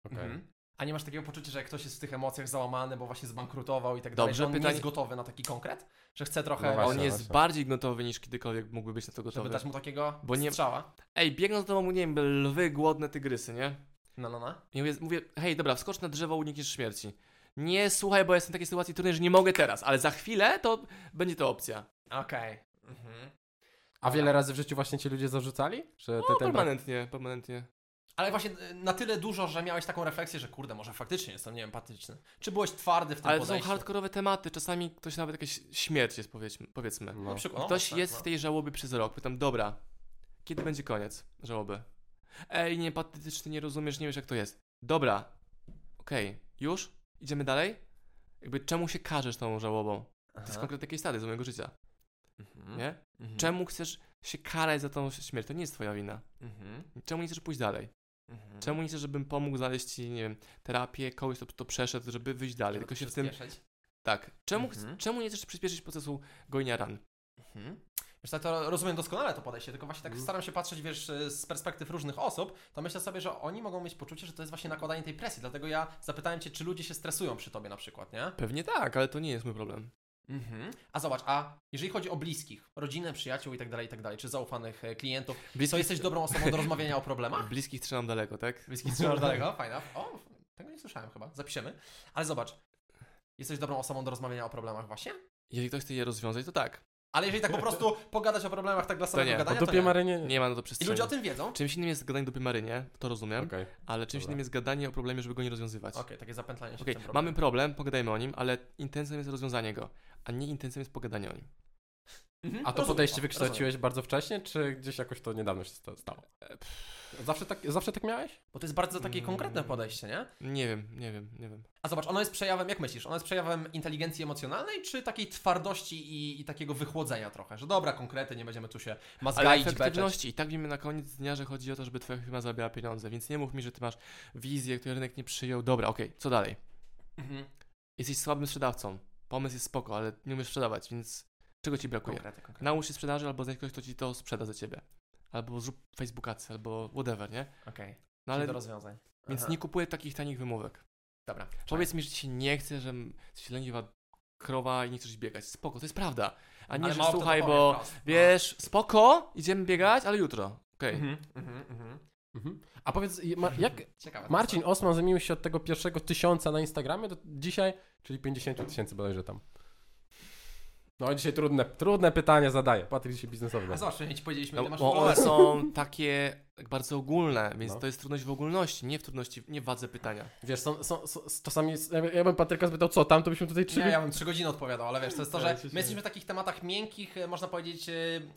Okej.
Mhm. A nie masz takiego poczucia, że jak ktoś jest w tych emocjach załamany, bo właśnie zbankrutował i tak dalej,
Dobrze,
że on nie
pytanie-
jest gotowy na taki konkret? Że chce trochę,
No
A
właśnie,
on jest
właśnie. tak-
bardziej gotowy niż kiedykolwiek mógłby być na to
żeby
gotowy.
dać mu takiego
Bo nie-
strzała.
Ej, biegną za tobą, nie wiem, lwy, głodne tygrysy, nie?
No, no, no.
I mówię, mówię, hej, dobra, wskocz na drzewo, unikniesz śmierci. Nie, słuchaj, bo jestem w takiej sytuacji trudnej, że nie mogę teraz, ale za chwilę to będzie to opcja.
Okej. Mhm.
A wiele razy w życiu właśnie ci ludzie zarzucali? Że ty
No,
ten brak...
permanentnie, permanentnie.
Ale właśnie y, na tyle dużo, że miałeś taką refleksję, że kurde, może faktycznie jestem nieempatyczny. Czy byłeś twardy w tym
Ale to są
podejściu?
hardkorowe tematy, czasami ktoś nawet jakaś śmierć jest, powiedzmy. powiedzmy.
No.
Na przykład, no,
Ktoś
tak,
jest
no.
w tej żałobie przez rok, pytam, dobra, kiedy będzie koniec żałoby? Ej, nie, patetyczny, nie rozumiesz, nie wiesz jak to jest. Dobra, okej, już? Idziemy dalej? Jakby czemu się karzesz tą żałobą? To jest
Aha.
konkretny jakiejś stady z mojego życia,
no. Mhm.
nie?
Mhm.
Czemu chcesz się karać za tą śmierć? To nie jest twoja wina.
Mhm.
Czemu nie chcesz pójść dalej?
Mhm.
Czemu nie chcesz, żebym pomógł znaleźć ci, nie wiem, terapię, kogoś, kto to przeszedł, żeby wyjść dalej?
Żeby
Tylko się w tym.
przyspieszyć?
Tak. Czemu, chc-
Mhm.
czemu nie chcesz przyspieszyć procesu gojenia ran?
Mhm. Wiesz, tak to rozumiem doskonale to podejście, tylko właśnie tak
Mm.
Mhm.
staram się patrzeć, wiesz, e, z perspektyw różnych osób, to myślę sobie, że oni mogą mieć poczucie, że to jest właśnie nakładanie tej presji, dlatego ja zapytałem cię, czy ludzie się stresują przy tobie na przykład, nie?
Pewnie tak, ale to nie jest mój problem. Mhm.
A zobacz, a jeżeli chodzi o bliskich, rodzinę, przyjaciół i tak dalej, i tak dalej, czy zaufanych e, klientów, to
Bliskich,
jesteś dobrą osobą do rozmawiania o
[laughs]
problemach?
bliskich trzymam daleko, tak?
Bliskich trzymasz
[laughs]
daleko, fajna. O, tego nie słyszałem chyba, zapiszemy. Ale zobacz, jesteś dobrą osobą do rozmawiania o problemach właśnie?
Jeżeli ktoś chce je rozwiązać, to tak.
Ale jeżeli tak po prostu pogadać o problemach tak dla samego
nie, o
O
gadania, to
dupie
nie.
Marynie?
Nie ma na to
I
przestrzeni.
ludzie o tym wiedzą?
Czymś innym jest gadanie do pimarynie, to rozumiem,
Okej.
ale czymś
Dobra.
innym jest gadanie o problemie, żeby go nie rozwiązywać.
Okej, takie zapętlanie się
Okej,
w tym problemie.
mamy problem, pogadajmy o nim, ale intencją jest rozwiązanie go, a nie intencją jest pogadanie o nim.
Mhm.
A to podejście wykształciłeś bardzo wcześnie, czy gdzieś jakoś to niedawno się sta- stało? Zawsze tak, zawsze tak miałeś?
Bo to jest bardzo takie
Mm.
konkretne podejście, nie?
Nie wiem, nie wiem, nie wiem.
A zobacz, ono jest przejawem, jak myślisz, ono jest przejawem inteligencji emocjonalnej, czy takiej twardości i, i takiego wychłodzenia trochę? Że dobra, konkrety, nie będziemy tu się
Ale
mazgaić, beczeć.
efektywności. I tak wiemy na koniec dnia, że chodzi o to, żeby twoja firma zarabiała pieniądze, więc nie mów mi, że ty masz wizję, której rynek nie przyjął. Dobra, okej, co dalej?
Mhm.
Jesteś słabym sprzedawcą. Pomysł jest spoko, ale nie umiesz sprzedawać, więc czego ci brakuje?
Konkrety, konkrety.
Naucz się sprzedaży albo znajdź kogoś, kto ci to sprzeda za ciebie. Albo zrób Facebookację, albo whatever, nie?
Okej,
No
czyli
ale
do rozwiązań.
Więc
Aha.
nie kupuję takich tanich wymówek.
Dobra,
Powiedz mi, że ci się nie chce, że m- jesteś leniwa krowa i nie chcesz biegać. Spoko, to jest prawda. A nie,
Ale
że
mało kto to
słuchaj,
powie
bo
wprost. No.
wiesz, spoko, idziemy biegać, ale jutro. Okej.
Mhm, mhm, mhm.
Mhm. A powiedz, je- ma, jak
Ciekawe. to
Marcin Osman zmienił się od tego pierwszego tysiąca na Instagramie do dzisiaj, czyli 50 tysięcy bodajże tam. No dzisiaj trudne, trudne pytania zadaję. Patryk dzisiaj biznesowy.
jest. A zobacz, nie ci powiedzieliśmy, ile
No,
masz
bo one
followersów.
są takie bardzo ogólne, więc
No.
to jest trudność w ogólności, nie w trudności, nie w wadze pytania.
Wiesz, są, są, są, to sami, ja bym Patryka zapytał, co tam, to byśmy tutaj trzy...
Nie, ja bym 3 godziny odpowiadał, ale wiesz, to
[laughs]
jest to, że
Ja się
my
śmieję.
jesteśmy w takich tematach miękkich, e, można powiedzieć, e,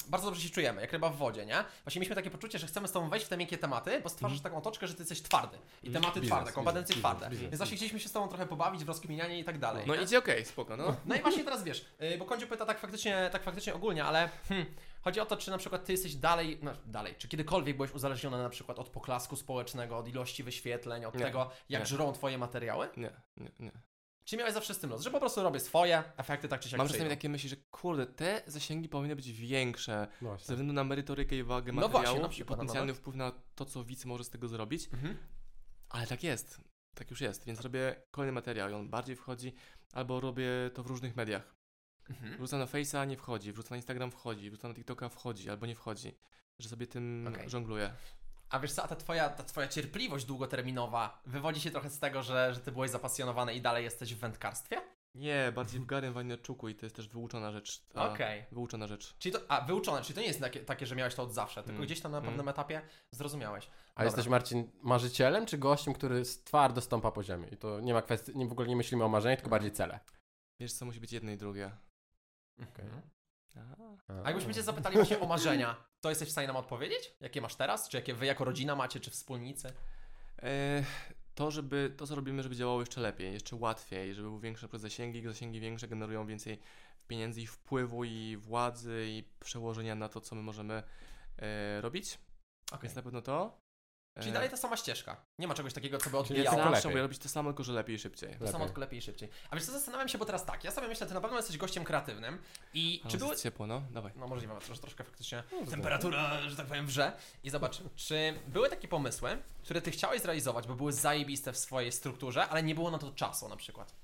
bardzo dobrze się czujemy, jak ryba w wodzie, nie? Właśnie mieliśmy takie poczucie, że chcemy z tobą wejść w te miękkie tematy, bo stwarzasz taką otoczkę, że ty jesteś twardy. I tematy
Mhm. Biznes,
twarde,
biznes,
kompetencje
biznes,
twarde.
biznes.
Więc właśnie chcieliśmy się z tobą trochę pobawić w rozkminianie i tak dalej.
No
nie?
idzie okej, spoko, no.
no i właśnie teraz wiesz, e, bo Kądziu pyta tak faktycznie, tak faktycznie ogólnie, ale hmm, chodzi o to, czy na przykład ty jesteś dalej, no dalej, czy kiedykolwiek byłeś uzależniony na przykład od poklasku społecznego, od ilości wyświetleń, od
Nie,
tego, jak
nie.
żrą twoje materiały?
Nie, nie, nie.
Czy miałeś zawsze z tym los, że po prostu robię swoje, efekty tak czy siak
Mam
przyjdą?
czasami takie myśli, że kurde, te zasięgi powinny być większe
No
ze
właśnie.
względu na merytorykę i wagę
No właśnie,
materiału
na
i
przykład, no, no,
potencjalny wpływ na to, co widz może z tego zrobić.
Mhm.
Ale tak jest. Tak już jest, więc robię kolejny materiał i on bardziej wchodzi, albo robię to w różnych mediach.
Mhm.
Wrzucam na Face'a, nie wchodzi, wrzucam na Instagram, wchodzi, wrzucam na TikToka, wchodzi, albo nie wchodzi. że sobie tym
Okej.
żongluję.
A wiesz co, a ta twoja, ta twoja cierpliwość długoterminowa wywodzi się trochę z tego, że, że ty byłeś zapasjonowany i dalej jesteś w wędkarstwie?
Nie, bardziej w Garym Waniaczuku i to jest też wyuczona rzecz. ta-
Okej.
Wyuczona rzecz.
Czyli to, a wyuczone, czyli to nie jest takie, takie że miałeś to od zawsze, tylko
Mm.
gdzieś tam na
Mm.
pewnym etapie zrozumiałeś.
A jesteś Marcin marzycielem czy gościem, który s- twardo stąpa po ziemi? I to nie ma kwestii, nie, w ogóle nie myślimy o marzeniach, tylko bardziej cele.
Wiesz co, musi być jedno i drugie.
Okej.
A.
A jakbyśmy cię zapytali właśnie o marzenia, to jesteś w stanie nam odpowiedzieć? Jakie masz teraz? Czy jakie wy jako rodzina macie, czy wspólnicy?
E, To, żeby to, co robimy, żeby działało jeszcze lepiej, jeszcze łatwiej, żeby były większe na przykład zasięgi, zasięgi większe generują więcej pieniędzy i wpływu i władzy i przełożenia na to, co my możemy e, robić.
Okay.
Więc na pewno to. E,
Czyli dalej ta sama ścieżka. Nie ma czegoś takiego, co by
Czyli
ja
tylko
odbijało.
zawsze
lepiej.
mogę robić to samo, tylko że lepiej i szybciej.
To samo
Lepiej.
tylko lepiej i szybciej. A wiesz co, zastanawiam się, bo teraz tak, ja sobie myślę, ty na pewno jesteś gościem kreatywnym i
Ale
czy były...
ciepło, no? Dawaj.
No możliwe, że troszkę faktycznie
No, to
temperatura, że tak powiem, wrze. I zobacz, czy były takie pomysły, które ty chciałeś zrealizować, bo były zajebiste w swojej strukturze, ale nie było na to czasu na przykład.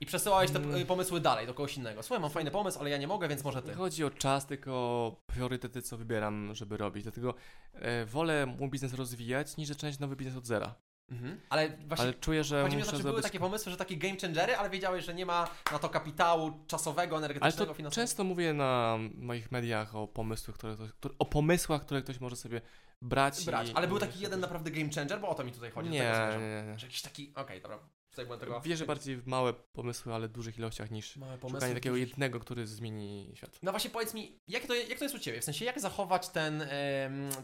I przesyłałeś te
Mm.
y, pomysły dalej do kogoś innego. Słuchaj, mam fajny pomysł, ale ja nie mogę, więc może
Nie
ty.
chodzi o czas, tylko o priorytety, co wybieram, żeby robić. Dlatego e, wolę mój biznes rozwijać, niż zaczynać nowy biznes od zera.
Mhm. Ale właśnie
Ale czuję, że
chodzi mi o
muszę
to, czy były
zrobić...
takie pomysły, że takie game changery, ale wiedziałeś, że nie ma na to kapitału czasowego,
Ale
energetycznego,
to
finansowego.
często mówię na moich mediach o pomysłach, które ktoś, które- o pomysłach, które ktoś może sobie brać.
Brać.
i,
Ale był
i
taki jeden naprawdę game changer, bo o to mi tutaj chodzi.
Nie,
do
nie,
tego zmierzam.
nie.
tak Że jakiś taki. Okej, dobra. Tutaj byłem tego.
Wierzę bardziej w małe pomysły, ale w dużych ilościach niż
Małe
szukanie takiego jednego, który zmieni świat.
No właśnie powiedz mi, jak to, jak to jest u Ciebie? W sensie, jak zachować ten, em,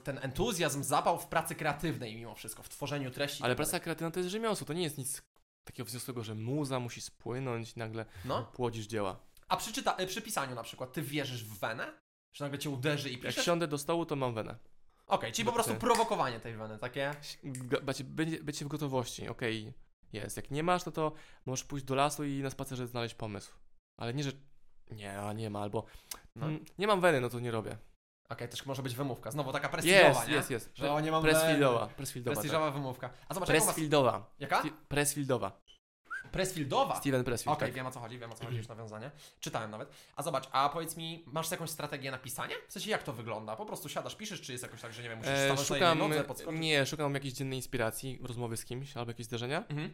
ten entuzjazm, zapał w pracy kreatywnej mimo wszystko, w tworzeniu treści? i
Ale
tak dalej?
praca kreatywna to jest rzemiosło, to nie jest nic takiego wzniosłego, że muza musi spłynąć, nagle
No,
płodzisz dzieła.
a przy, czyta, e, przy pisaniu na przykład, Ty wierzysz w wenę? Że nagle Cię uderzy i
Jak
piszesz? Okej,
siądę do stołu, to mam wenę.
czyli po prostu
Ty.
prowokowanie tej weny, takie...
Ga- Bacie, będzie- bycie w gotowości, okej, jest. Jak nie masz, no to możesz pójść do lasu i na spacerze znaleźć pomysł. Ale nie, że nie, a nie ma, albo
No.
mm, nie mam weny, no to nie robię.
Okej, też może być wymówka, znowu taka prestiżowa,
Jest,
nie?
jest, jest.
Że o, nie mam
Pressfieldowa. Pressfieldowa. Tak.
Prestiżowa wymówka. A zobacz, jaką masz...
Pressfieldowa.
Jaka?
Sti- Pressfieldowa.
Pressfieldowa.
Steven
Okej,
Pressfield. tak.
wiem o co chodzi, wiem o co chodzi, już nawiązanie. Czytałem nawet. A zobacz, a powiedz mi, masz jakąś strategię napisania? W sensie, jak to wygląda? Po prostu siadasz, piszesz, czy jest jakoś tak, że nie wiem, musisz
E,
stanąć na jednej
szukam,
nodze, podskoczyć?
nie, szukam jakiejś dziennej inspiracji, rozmowy z kimś, albo jakieś zdarzenia,
Mhm.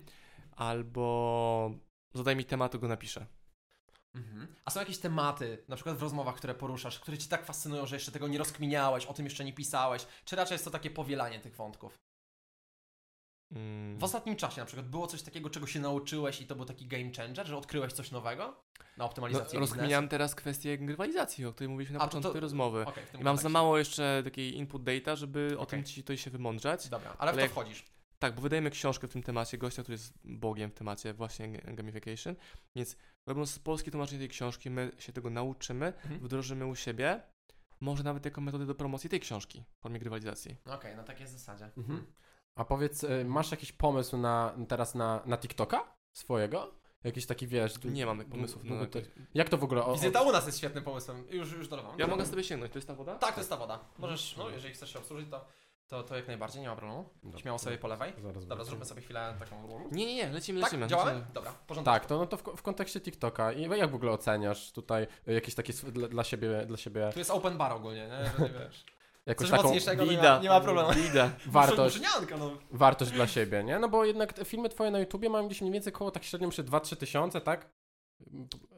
albo zadaj mi temat, to go napiszę.
Mhm. A są jakieś tematy, na przykład w rozmowach, które poruszasz, które ci tak fascynują, że jeszcze tego nie rozkminiałeś, o tym jeszcze nie pisałeś? Czy raczej jest to takie powielanie tych wątków?
Mm.
W ostatnim czasie na przykład było coś takiego, czego się nauczyłeś i to był taki game changer, że odkryłeś coś nowego na
No,
optymalizację
rozkminiam teraz kwestię grywalizacji, o której mówiliśmy na
A, to-
początku
to-
tej rozmowy.
biznesu? Okej, w tym
I mam za
kontekście.
mało jeszcze takiej input data, żeby o
Okej.
tym ci to się wymądrzać.
Dobra, ale w
Ale
to
jak-
wchodzisz.
Tak, bo wydajemy książkę w tym temacie, gościa, który jest bogiem w temacie właśnie ga- gamification, więc robiąc polskie tłumaczenie tej książki, my się tego nauczymy,
Mhm.
wdrożymy u siebie, może nawet jako metodę do promocji tej książki w formie grywalizacji.
Okej, no na takiej zasadzie.
Mhm. A powiedz, y, masz jakiś pomysł na, teraz na, na TikToka swojego? Jakiś taki, wiesz... d-
Nie mam
d-
pomysłów
d-
na
d- Jak to w ogóle... O, o,
Wizyta u nas jest świetnym pomysłem. Już, już dolewam.
Ja mogę sobie sięgnąć, to jest ta woda?
Tak, to jest ta woda. Możesz, no jeżeli chcesz się obsłużyć, to, to, to jak najbardziej, nie ma problemu.
Dobra,
Śmiało sobie polewaj.
zaraz
Dobra,
wrócę.
zróbmy sobie chwilę taką...
Nie, nie, nie, lecimy,
Tak,
lecimy.
działamy?
lecimy.
Dobra, porządek.
Tak, to, no to w, w kontekście TikToka. I jak w ogóle oceniasz tutaj y, jakieś takie sw- dla, dla siebie, dla siebie
Tu jest open bar ogólnie, nie? Że nie wiesz.
jakąś
Coś
taką
mocniejszego nie ma,
Bida.
nie ma problemu.
Bida.
[laughs] wartość,
Muszynianka, no.
wartość dla siebie, nie? No bo jednak te filmy twoje na YouTubie mają gdzieś mniej więcej koło tak średnio myślę 2-3 tysiące, tak?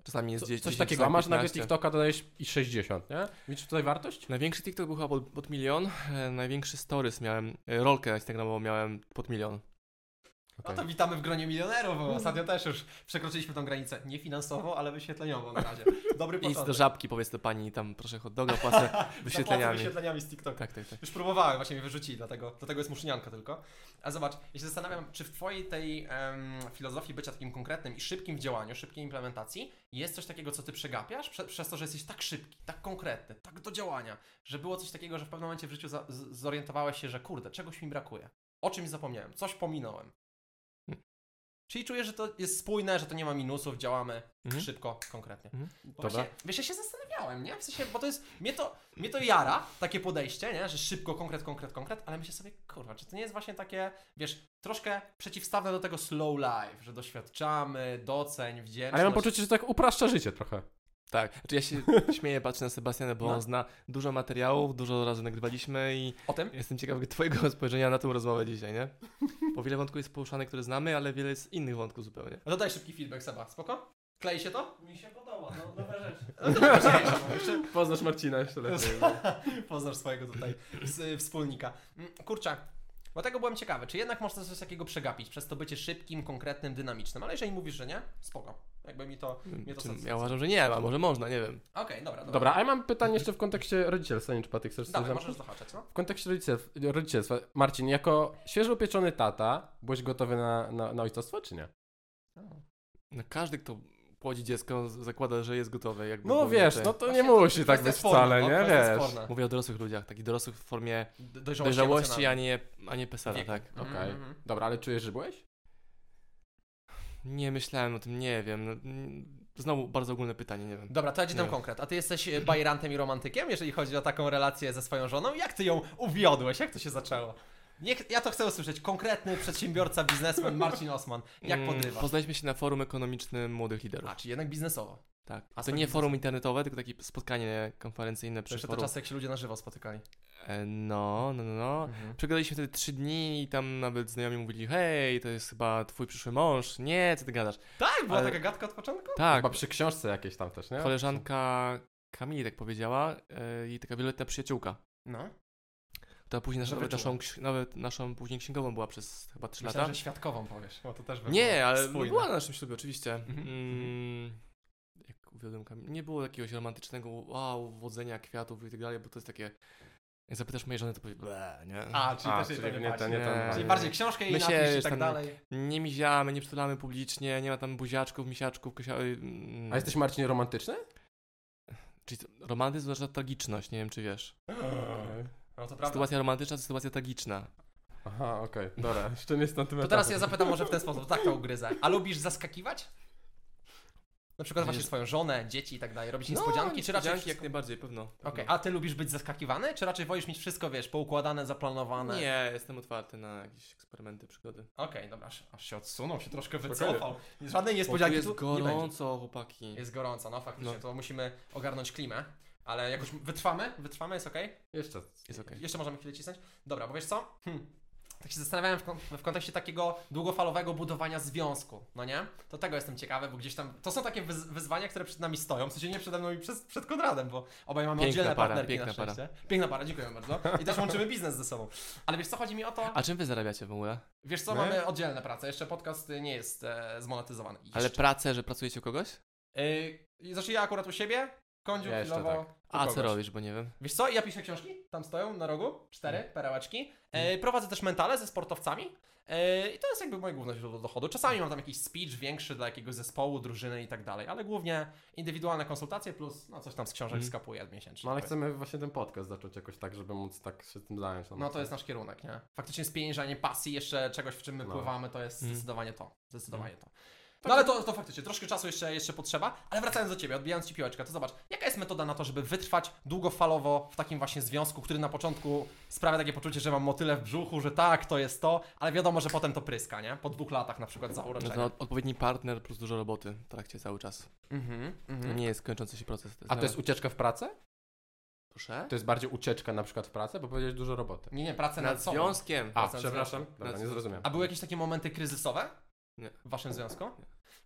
Czasami jest
Co,
gdzieś
coś
10,
takiego, a masz nagle
15.
TikToka, dodajesz i 60, nie? Widzisz tutaj wartość?
Największy TikTok był chyba pod, pod milion, e, największy stories miałem, e, rolkę Instagramową miałem pod milion.
No
Okej.
to witamy w gronie milionerów, bo ostatnio też już przekroczyliśmy tą granicę. Nie finansowo, ale wyświetleniowo na razie. Dobry
Idź do
początek.
żabki, powiedz do pani, tam proszę hot doga, płacę
tak. Zapłacę
wyświetleniami.
wyświetleniami z TikToka.
Tak, tak, tak.
Już próbowałem, właśnie mnie wyrzucili, dlatego, dlatego jest muszynianka tylko. A zobacz, ja się zastanawiam, czy w Twojej tej em, filozofii bycia takim konkretnym i szybkim w działaniu, szybkiej implementacji, jest coś takiego, co Ty przegapiasz prze, przez to, że jesteś tak szybki, tak konkretny, tak do działania, że było coś takiego, że w pewnym momencie w życiu za, z, zorientowałeś się, że kurde, czegoś mi brakuje, o czymś zapomniałem, coś pominąłem.
Hmm.
Czyli czujesz, że to jest spójne, że to nie ma minusów, działamy
Mhm.
szybko, konkretnie.
Mhm.
Bo
Dobra.
właśnie, wiesz, ja się zastanawiałem, nie? W sensie, bo to jest, mnie to, mnie to jara, takie podejście, nie? Że szybko, konkret, konkret, konkret, ale myślę sobie, kurwa, czy to nie jest właśnie takie, wiesz, troszkę przeciwstawne do tego slow life, że doświadczamy, doceń, wdzięczność.
Ale ja mam poczucie, że tak upraszcza życie trochę.
Tak, znaczy ja się śmieję, patrzę na Sebastiana, bo
No.
on zna dużo materiałów, dużo razy nagrywaliśmy i
O tym?
jestem ciekaw [laughs] twojego spojrzenia na tą rozmowę dzisiaj, nie? Bo wiele wątków jest poruszanych, które znamy, ale wiele jest innych wątków zupełnie.
No to daj szybki feedback, Seba. Spoko? Klei się to?
Mi się podoba, no dobra rzecz.
[laughs] No to nie przejrzę, bo jeszcze
Poznasz Marcina jeszcze lepiej.
Poznasz swojego tutaj s- y, wspólnika. Mm, Kurczę, bo tego byłem ciekawy, czy jednak można coś takiego przegapić przez to bycie szybkim, konkretnym, dynamicznym, ale jeżeli mówisz, że nie, spoko. Jakby mi to... Mnie to
Czy
satysfakcjonuje.
ja uważam, że nie, a może można, nie wiem.
Okej, dobra, dobra.
Dobra, a ja mam pytanie jeszcze w kontekście rodzicielstwa, nie wiem, czy Patryk chcesz coś
Dawaj,
zam-
możesz zahaczać, no.
W kontekście rodzicielstw- rodzicielstwa, Marcin, jako świeżo upieczony tata, byłeś gotowy na, na, na ojcostwo, czy nie?
No, każdy, kto płodzi dziecko, z- zakłada, że jest gotowy. Jakby
No
było
wiesz,
inaczej.
no to nie
Właśnie
musi tak
kwestia
być
sporna,
wcale,
no,
nie?
kwestia
Wiesz.
sporna.
Mówię o dorosłych ludziach, takich dorosłych w formie
D- Dojrzałości,
dojrzałości, a
emocjonalnej.
nie, a nie pesela,
Wieku.
tak.
Okej.
Mhm, mhm.
Dobra, ale czujesz, że byłeś?
Nie myślałem o tym, nie wiem. No, mm, Znowu bardzo ogólne pytanie, nie wiem.
Dobra, to ja ci dam
Nie.
konkret. A ty jesteś e, bajrantem i romantykiem, jeżeli chodzi o taką relację ze swoją żoną? Jak ty ją uwiodłeś? Jak to się zaczęło? Niech, ja to chcę usłyszeć. Konkretny przedsiębiorca, biznesmen Marcin Osman. Jak
Mm,
podrywa?
Poznaliśmy się na forum ekonomicznym młodych liderów.
A, czy jednak biznesowo.
tak.
a
A
co
to nie
biznes?
forum internetowe, tylko takie spotkanie konferencyjne
To
przy
jeszcze te
forum.
czasy, jak się ludzie na żywo spotykali. Mhm.
E, No, no, no, no. Przegadaliśmy wtedy trzy dni i tam nawet znajomi mówili, hej, to jest chyba twój przyszły mąż. Nie, co ty gadasz?
Tak, była
Ale-
taka gadka od początku?
Tak,
Chyba przy książce jakiejś tam też, nie?
koleżanka Kamili tak powiedziała, e, jej taka wieloletnia przyjaciółka.
No.
która później nasza,
No
nawet,
wyczuła.
naszą, ksi- nawet naszą później księgową była przez chyba 3
Myślałem,
lata.
że świadkową powiesz. Bo to też by
Nie,
było
ale
spójne.
była na naszym ślubie, oczywiście.
Mhm.
Mm, jak uwiodłem Kamil- nie było jakiegoś romantycznego wow, wodzenia kwiatów i tak dalej, bo to jest takie... Jak zapytasz mojej żony, to powie ble, nie?
A, czyli
A,
też
czyli
jej to nie,
nie, to
pasuje.
nie, to
Nie.
Czyli
nie.
bardziej książkę jej
My się
napisz i
już
tak
tam-
dalej.
Nie miziamy, nie przytulamy publicznie, nie ma tam buziaczków, misiaczków, kosia... y, mm.
A jesteś Marcin romantyczny?
Czyli to- romantyzm oznacza tragiczność, nie wiem czy wiesz.
No to prawda.
Sytuacja romantyczna to sytuacja tragiczna.
Aha, okej, dobra, jeszcze nie stąd
To teraz ja zapytam może w ten sposób, tak to ugryzę. A lubisz zaskakiwać? Na przykład właśnie
Wiesz- No,
swoją żonę, dzieci i tak dalej. Robić niespodzianki, czy raczej
niespodzianki jak no.
wszystko...
najbardziej, pewno.
Okej, a ty lubisz być zaskakiwany, czy raczej wolisz mieć wszystko, wiesz, poukładane, zaplanowane?
Nie, jestem otwarty na jakieś eksperymenty, przygody.
Okej, dobra, aż, aż się odsunął, się troszkę
Spokojnie.
wycofał. Żadnej niespodzianki
jest
tu nie będzie.
gorąco, chłopaki.
Jest gorąco, no faktycznie,
No.
to musimy ogarnąć klimę. Ale jakoś wytrwamy? Wytrwamy, jest okej?
Jeszcze.
Jest okej.
Jeszcze możemy chwilę cisnąć? Dobra, bo wiesz co? Hm. Tak się zastanawiałem w, kon- w kontekście takiego długofalowego budowania związku, no nie? To tego jestem ciekawy, bo gdzieś tam... To są takie wyz wyzwania, które przed nami stoją, w sensie nie przede mną i przez, przed Konradem, bo obaj mamy
Piękna
oddzielne
para,
partnerki
piękna
na szczęście. Piękna para, dziękuję bardzo. I też łączymy biznes ze sobą. Ale wiesz co, chodzi mi o to...
A czym wy zarabiacie w ogóle?
Wiesz co,
My?
mamy oddzielne prace, jeszcze podcast y, nie jest e, zmonetyzowany. Jeszcze.
Ale pracę, że pracujecie u kogoś?
Yy, znaczy ja akurat u siebie, kądziu
Ja jeszcze
chwilowo...
tak.
u
A co
kogoś.
robisz, bo nie wiem.
Wiesz co, ja piszę książki, tam stoją na rogu, cztery
Mm.
perełeczki. E, prowadzę też mentale ze sportowcami e, i to jest jakby moje główne źródło dochodu. Czasami mam tam jakiś speech większy dla jakiegoś zespołu, drużyny i tak dalej, ale głównie indywidualne konsultacje plus no, coś tam z książek
Mhm.
skapuje miesięcznie.
No ale chcemy właśnie ten podcast zacząć jakoś tak, żeby móc tak się tym zająć.
No to jest nasz kierunek, nie? Faktycznie spieniężanie pasji, jeszcze czegoś, w czym
No.
my
Mhm. Tak
pływamy, to jest
Mm.
zdecydowanie to. Zdecydowanie to. No ale to, to faktycznie, troszkę czasu jeszcze, jeszcze potrzeba, ale wracając do Ciebie, odbijając Ci piłeczkę, to zobacz, jaka jest metoda na to, żeby wytrwać długofalowo w takim właśnie związku, który na początku sprawia takie poczucie, że mam motyle w brzuchu, że tak, to jest to, ale wiadomo, że potem to pryska, nie? Po dwóch latach na przykład
No
zauroczenia.
to od- odpowiedni partner plus dużo roboty w trakcie cały czas.
Mhm,
To
mhm.
nie jest kończący się proces.
A to
nawet-
jest ucieczka w pracę?
Proszę?
To jest bardziej ucieczka na przykład w pracę, bo powiedziałeś dużo roboty.
Nie, nie, pracę nad,
Nad
sobą.
związkiem.
A,
Pracę nad
przepraszam,
związkiem.
dobra,
Nad
nie
związkiem.
zrozumiałem.
A były jakieś takie momenty kryzysowe?
Nie.
W Waszym związku?
Nie.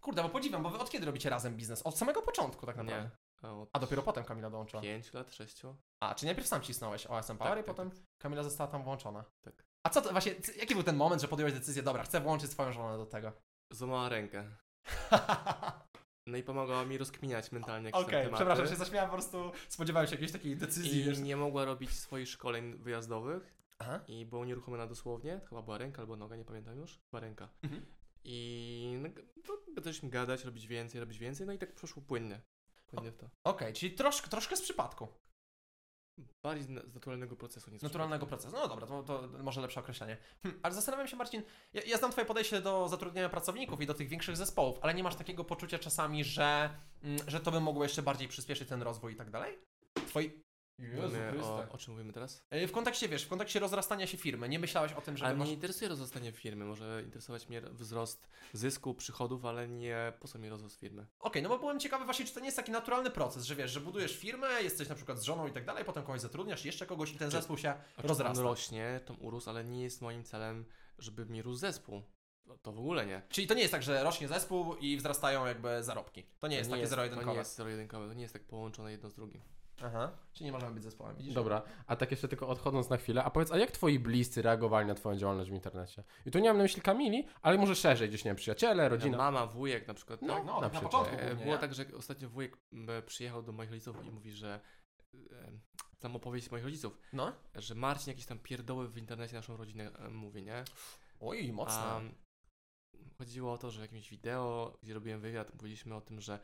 Kurde, bo podziwiam, bo Wy od kiedy robicie razem biznes? Od samego początku tak naprawdę.
Nie. A Od
A dopiero potem Kamila dołączyła.
5 lat, 6?
A, czy najpierw sam cisnąłeś OSM Power
Tak,
i
tak,
potem Kamila została tam włączona?
Tak.
A co to właśnie, c- jaki był ten moment, że podjąłeś decyzję, dobra, chcę włączyć swoją żonę do
[laughs]
tego?
Złamała rękę. No i pomagała mi rozkminiać mentalnie jakieś
Okej,
okay, tematy.
przepraszam, się zaśmiałem, po prostu spodziewałem się jakiejś takiej decyzji.
I
Wiesz.
nie mogła robić swoich szkoleń wyjazdowych.
Aha.
i była nieruchomiona dosłownie, chyba była ręka albo noga, nie pamiętam już, była ręka.
Mhm.
I no, g- to zaczęliśmy gadać, robić więcej, robić więcej, no i tak przeszło płynnie. Płynnie w to.
Okej, czyli troszkę, troszkę z przypadku,
Bardziej z na- z naturalnego procesu niż
z naturalnego procesu. No dobra, to, to może lepsze określenie. Hm, ale zastanawiam się, Marcin, ja, ja znam twoje podejście do zatrudniania pracowników i do tych większych zespołów, ale nie masz takiego poczucia czasami, że, mm, że to by mogło jeszcze bardziej przyspieszyć ten rozwój i tak dalej? Twoi... Jezu
Mówimy
Chryste.
o, o czym mówimy teraz?
E, W kontekście, wiesz, w kontekście rozrastania się firmy, nie myślałeś o tym,
Ale
żeby
mnie
masz...
nie interesuje rozrastanie firmy. Może interesować mnie wzrost zysku, przychodów, ale nie po co mi rozrost firmy.
Okej, no bo byłem ciekawy właśnie, czy to nie jest taki naturalny proces, że wiesz, że budujesz firmę, jesteś na przykład z żoną i tak dalej, potem kogoś zatrudniasz, jeszcze kogoś i ten
Czy-
zespół się
A czy
rozrasta.
On rośnie, to urósł, ale nie jest moim celem, żeby mi rósł zespół. To- To w ogóle nie.
Czyli to nie jest tak, że rośnie zespół i wzrastają jakby zarobki. To nie jest takie
To nie
zero-jedynkowe.
jest zero-jedynkowe, to nie jest tak połączone jedno z drugim.
Aha, czyli nie możemy być zespołem, widzisz?
Dobra, a tak jeszcze tylko odchodząc na chwilę, a powiedz, a jak twoi bliscy reagowali na twoją działalność w internecie? I tu nie mam na myśli Kamili, ale może szerzej gdzieś, nie wiem, przyjaciele, rodzina.
Mama, wujek na przykład.
No,
tak?
tak, no,
na
tak na,
przykład.
początku
E,
głównie,
Było
nie?
tak, że ostatnio wujek m, przyjechał do moich rodziców i mówi, że e, tam opowieść moich rodziców,
No.
że Marcin jakieś tam pierdoły w internecie naszą rodzinę e, mówi, nie?
Oj, mocno.
A, chodziło o to, że w jakimś wideo, gdzie robiłem wywiad, mówiliśmy o tym, że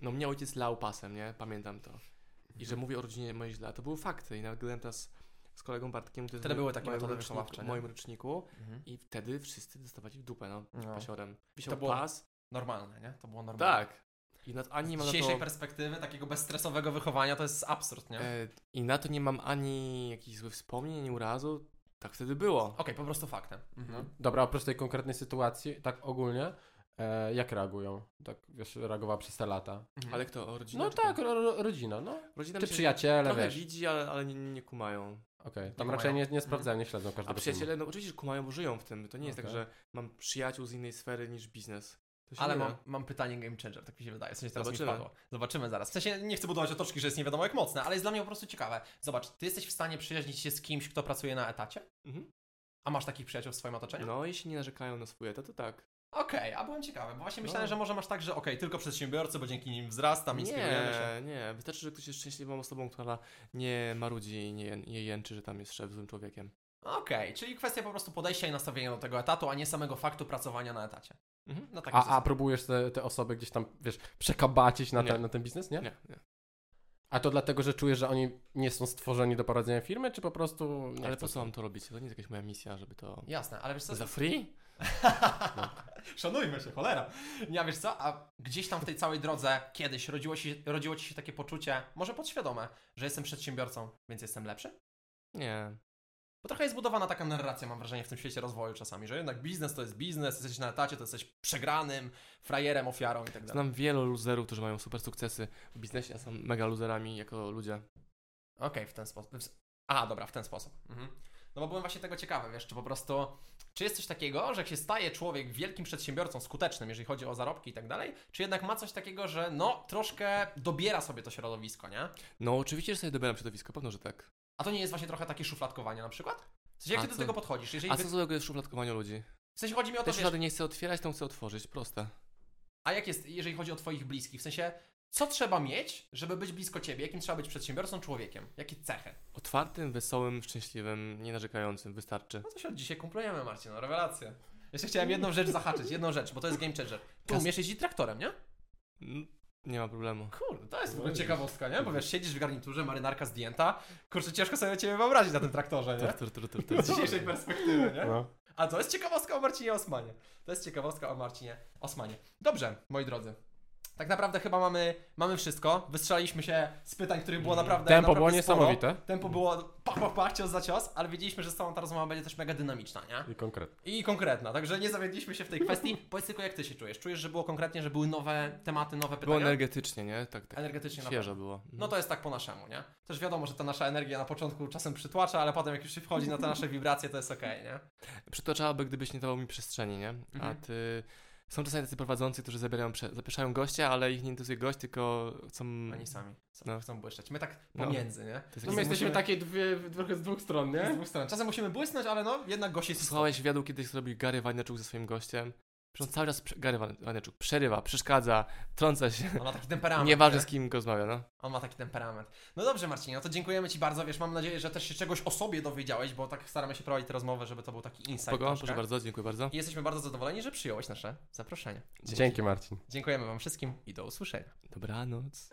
no mnie ojciec lał pasem, nie? Pamiętam to. I
Mhm.
że mówi o rodzinie mojej źle. To były fakty i nawet gadałem teraz z kolegą Bartkiem, który
Wtedy
był
były takie
moim
metody
roczniku,
wychowawcze, nie?
moim roczniku
Mhm.
i wtedy wszyscy dostawali w dupę, no,
No.
pasiorem. Wisiał
było
pas,
Normalne, nie? To było normalne.
tak. I na, ani nie
Z
mam na
dzisiejszej
to...
perspektywy takiego bezstresowego wychowania to jest absurd, nie? Okej,
E, I na to nie mam ani jakichś złych wspomnień, ani urazu. Tak wtedy było.
po prostu faktem.
No.
Mhm. Dobra, oprócz tej konkretnej sytuacji, tak ogólnie, e, jak reagują? Tak, wiesz, reagowała przez te lata.
Mhm.
Ale kto? O rodzina?
No
czy
tak,
kto?
ro, ro, rodzina, no.
Rodzina
Czy
myślę, że
przyjaciele,
trochę
wiesz.
widzi, ale, ale nie, nie kumają.
Okej, tam
mają.
raczej nie, nie sprawdzają, nie śledzą każdego.
Mhm.
filmu.
A przyjaciele, no oczywiście, że kumają, bo żyją w tym. To nie jest tak,
Okej.
że mam przyjaciół z innej sfery niż biznes. To się
Ale
nie
mam,
da.
mam pytanie game changer, tak mi się wydaje. W sensie teraz
Zobaczymy.
mi wpadło. Zobaczymy zaraz. W sensie nie chcę budować otoczki, że jest nie wiadomo jak mocne, ale jest dla mnie po prostu ciekawe. Zobacz, ty jesteś w stanie przyjaźnić się z kimś, kto pracuje na etacie?
Mhm.
A masz takich przyjaciół w swoim otoczeniu?
No, jeśli nie narzekają na swój etat, to tak.
Okej, a byłem ciekawy, bo właśnie
No.
myślałem, że może masz tak, że okej, tylko przedsiębiorcy, bo dzięki nim wzrastam, inspirujemy się.
nie, nie. Wystarczy, że ktoś jest szczęśliwą osobą, która nie marudzi i nie, nie jęczy, że tam jest szef złym człowiekiem.
Okej, czyli kwestia po prostu podejścia i nastawienia do tego etatu, a nie samego faktu pracowania na etacie.
Mhm.
No tak jest.
A, a próbujesz te, te osoby gdzieś tam, wiesz, przekabacić na, te,
Nie.
na ten biznes, nie?
Nie, nie.
A to dlatego, że czujesz, że oni nie są stworzeni do prowadzenia firmy, czy po prostu... Nie
Ale
chcą?
po co mam to robić? To nie jest jakaś moja misja, żeby to...
Jasne, ale wiesz co?
Za free?
Szanujmy się, cholera. Nie, a wiesz co, a gdzieś tam w tej całej drodze kiedyś rodziło, się, rodziło ci się takie poczucie, może podświadome, że jestem przedsiębiorcą, więc jestem lepszy?
Nie.
Bo trochę jest budowana taka narracja, mam wrażenie, w tym świecie rozwoju czasami, że jednak biznes to jest biznes, jesteś na etacie, to jesteś przegranym, frajerem, ofiarą i tak dalej.
Znam wielu luzerów, którzy mają super sukcesy w biznesie, a są mega luzerami jako ludzie.
Okej, w ten sposób. w- A, dobra, w ten sposób. Mhm. No bo byłem właśnie tego ciekawy, wiesz, czy po prostu, czy jest coś takiego, że jak się staje człowiek wielkim przedsiębiorcą, skutecznym, jeżeli chodzi o zarobki i tak dalej, czy jednak ma coś takiego, że no, troszkę dobiera sobie to środowisko, nie?
No oczywiście, że sobie dobieram środowisko, pewno, że tak.
A to nie jest właśnie trochę takie szufladkowanie na przykład? W sensie, jak
A
ty do
co-
tego podchodzisz? Jeżeli
A
wy...
co złego jest w szufladkowaniu ludzi?
W sensie chodzi mi o to,
Też
wiesz,
szuflady nie chcę otwierać, tą chcę otworzyć, proste.
a jak jest, jeżeli chodzi o twoich bliskich? W sensie, co trzeba mieć, żeby być blisko ciebie? Jakim trzeba być przedsiębiorcą, człowiekiem? Jakie cechy?
Otwartym, wesołym, szczęśliwym, nienarzekającym, wystarczy.
No to się od dzisiaj kumplujemy, Marcin, no rewelacja. Jeszcze chciałem jedną rzecz zahaczyć, jedną rzecz, bo to jest game changer. Ty
Kas-
umiesz jeździć traktorem, nie?
N- Nie ma problemu.
Kurde, to jest w ogóle ciekawostka, nie? Bo wiesz, siedzisz w garniturze, marynarka zdjęta, kurczę, ciężko sobie ciebie wyobrazić na tym traktorze, nie?
Tur, tur, tur, tur,
[laughs]
tur.
Z dzisiejszej perspektywy, nie?
No.
A to jest ciekawostka o Marcinie Osmanie. To jest ciekawostka o Marcinie Osmanie. Dobrze, moi drodzy. Tak naprawdę chyba mamy, mamy wszystko. Wystrzelaliśmy się z pytań, których było naprawdę
Tempo było
naprawdę sporo.
niesamowite.
Tempo było pach, pach, pach, cios za cios, ale wiedzieliśmy, że z całą ta rozmowa będzie też mega dynamiczna, nie?
I konkretnie.
I konkretna, także nie zawiedliśmy się w tej
[laughs]
kwestii. Powiedz tylko, jak ty się czujesz? Czujesz, że było konkretnie, że były nowe tematy, nowe
Było
pytania?
energetycznie, nie? Tak, tak.
Energetycznie na
Świeżo było.
No to jest tak po naszemu, nie? Też wiadomo, że ta nasza energia na początku czasem przytłacza, ale potem jak już się wchodzi na te nasze wibracje, to jest okej, nie?
Przytoczałaby, Mhm. gdybyś nie dawał mi przestrzeni, nie? A
Mhm.
ty... Są czasami tacy prowadzący, którzy zabierają, prze... zapieszają gościa, ale ich nie interesuje gość, tylko chcą...
Oni sami chcą,
No.
chcą błyszczeć. My tak
No.
pomiędzy, nie?
To jest
No
jak-
my jesteśmy
musimy-
takie dwie, trochę z dwóch stron,
Z
nie?
dwóch stron. Czasem musimy błysnąć, ale no, jednak gość jest
Słuchałeś wywiadu kiedyś, co robił Gary Vaynerchuk ze swoim gościem? Przecież on cały czas prze- Gary Vay- Vaynerchuk przerywa, przeszkadza, trąca się.
On ma taki temperament.
Nieważne z kim go rozmawia, no.
On ma taki temperament. No dobrze, Marcinie, no to dziękujemy Ci bardzo. Wiesz, mam nadzieję, że też się czegoś o sobie dowiedziałeś, bo tak staramy się prowadzić tę rozmowę, żeby to był taki insight.
Spoko,
troszkę.
proszę bardzo, dziękuję bardzo.
I jesteśmy bardzo zadowoleni, że przyjąłeś nasze zaproszenie.
Dzięki Marcin.
Dziękujemy Wam wszystkim i do usłyszenia.
Dobranoc.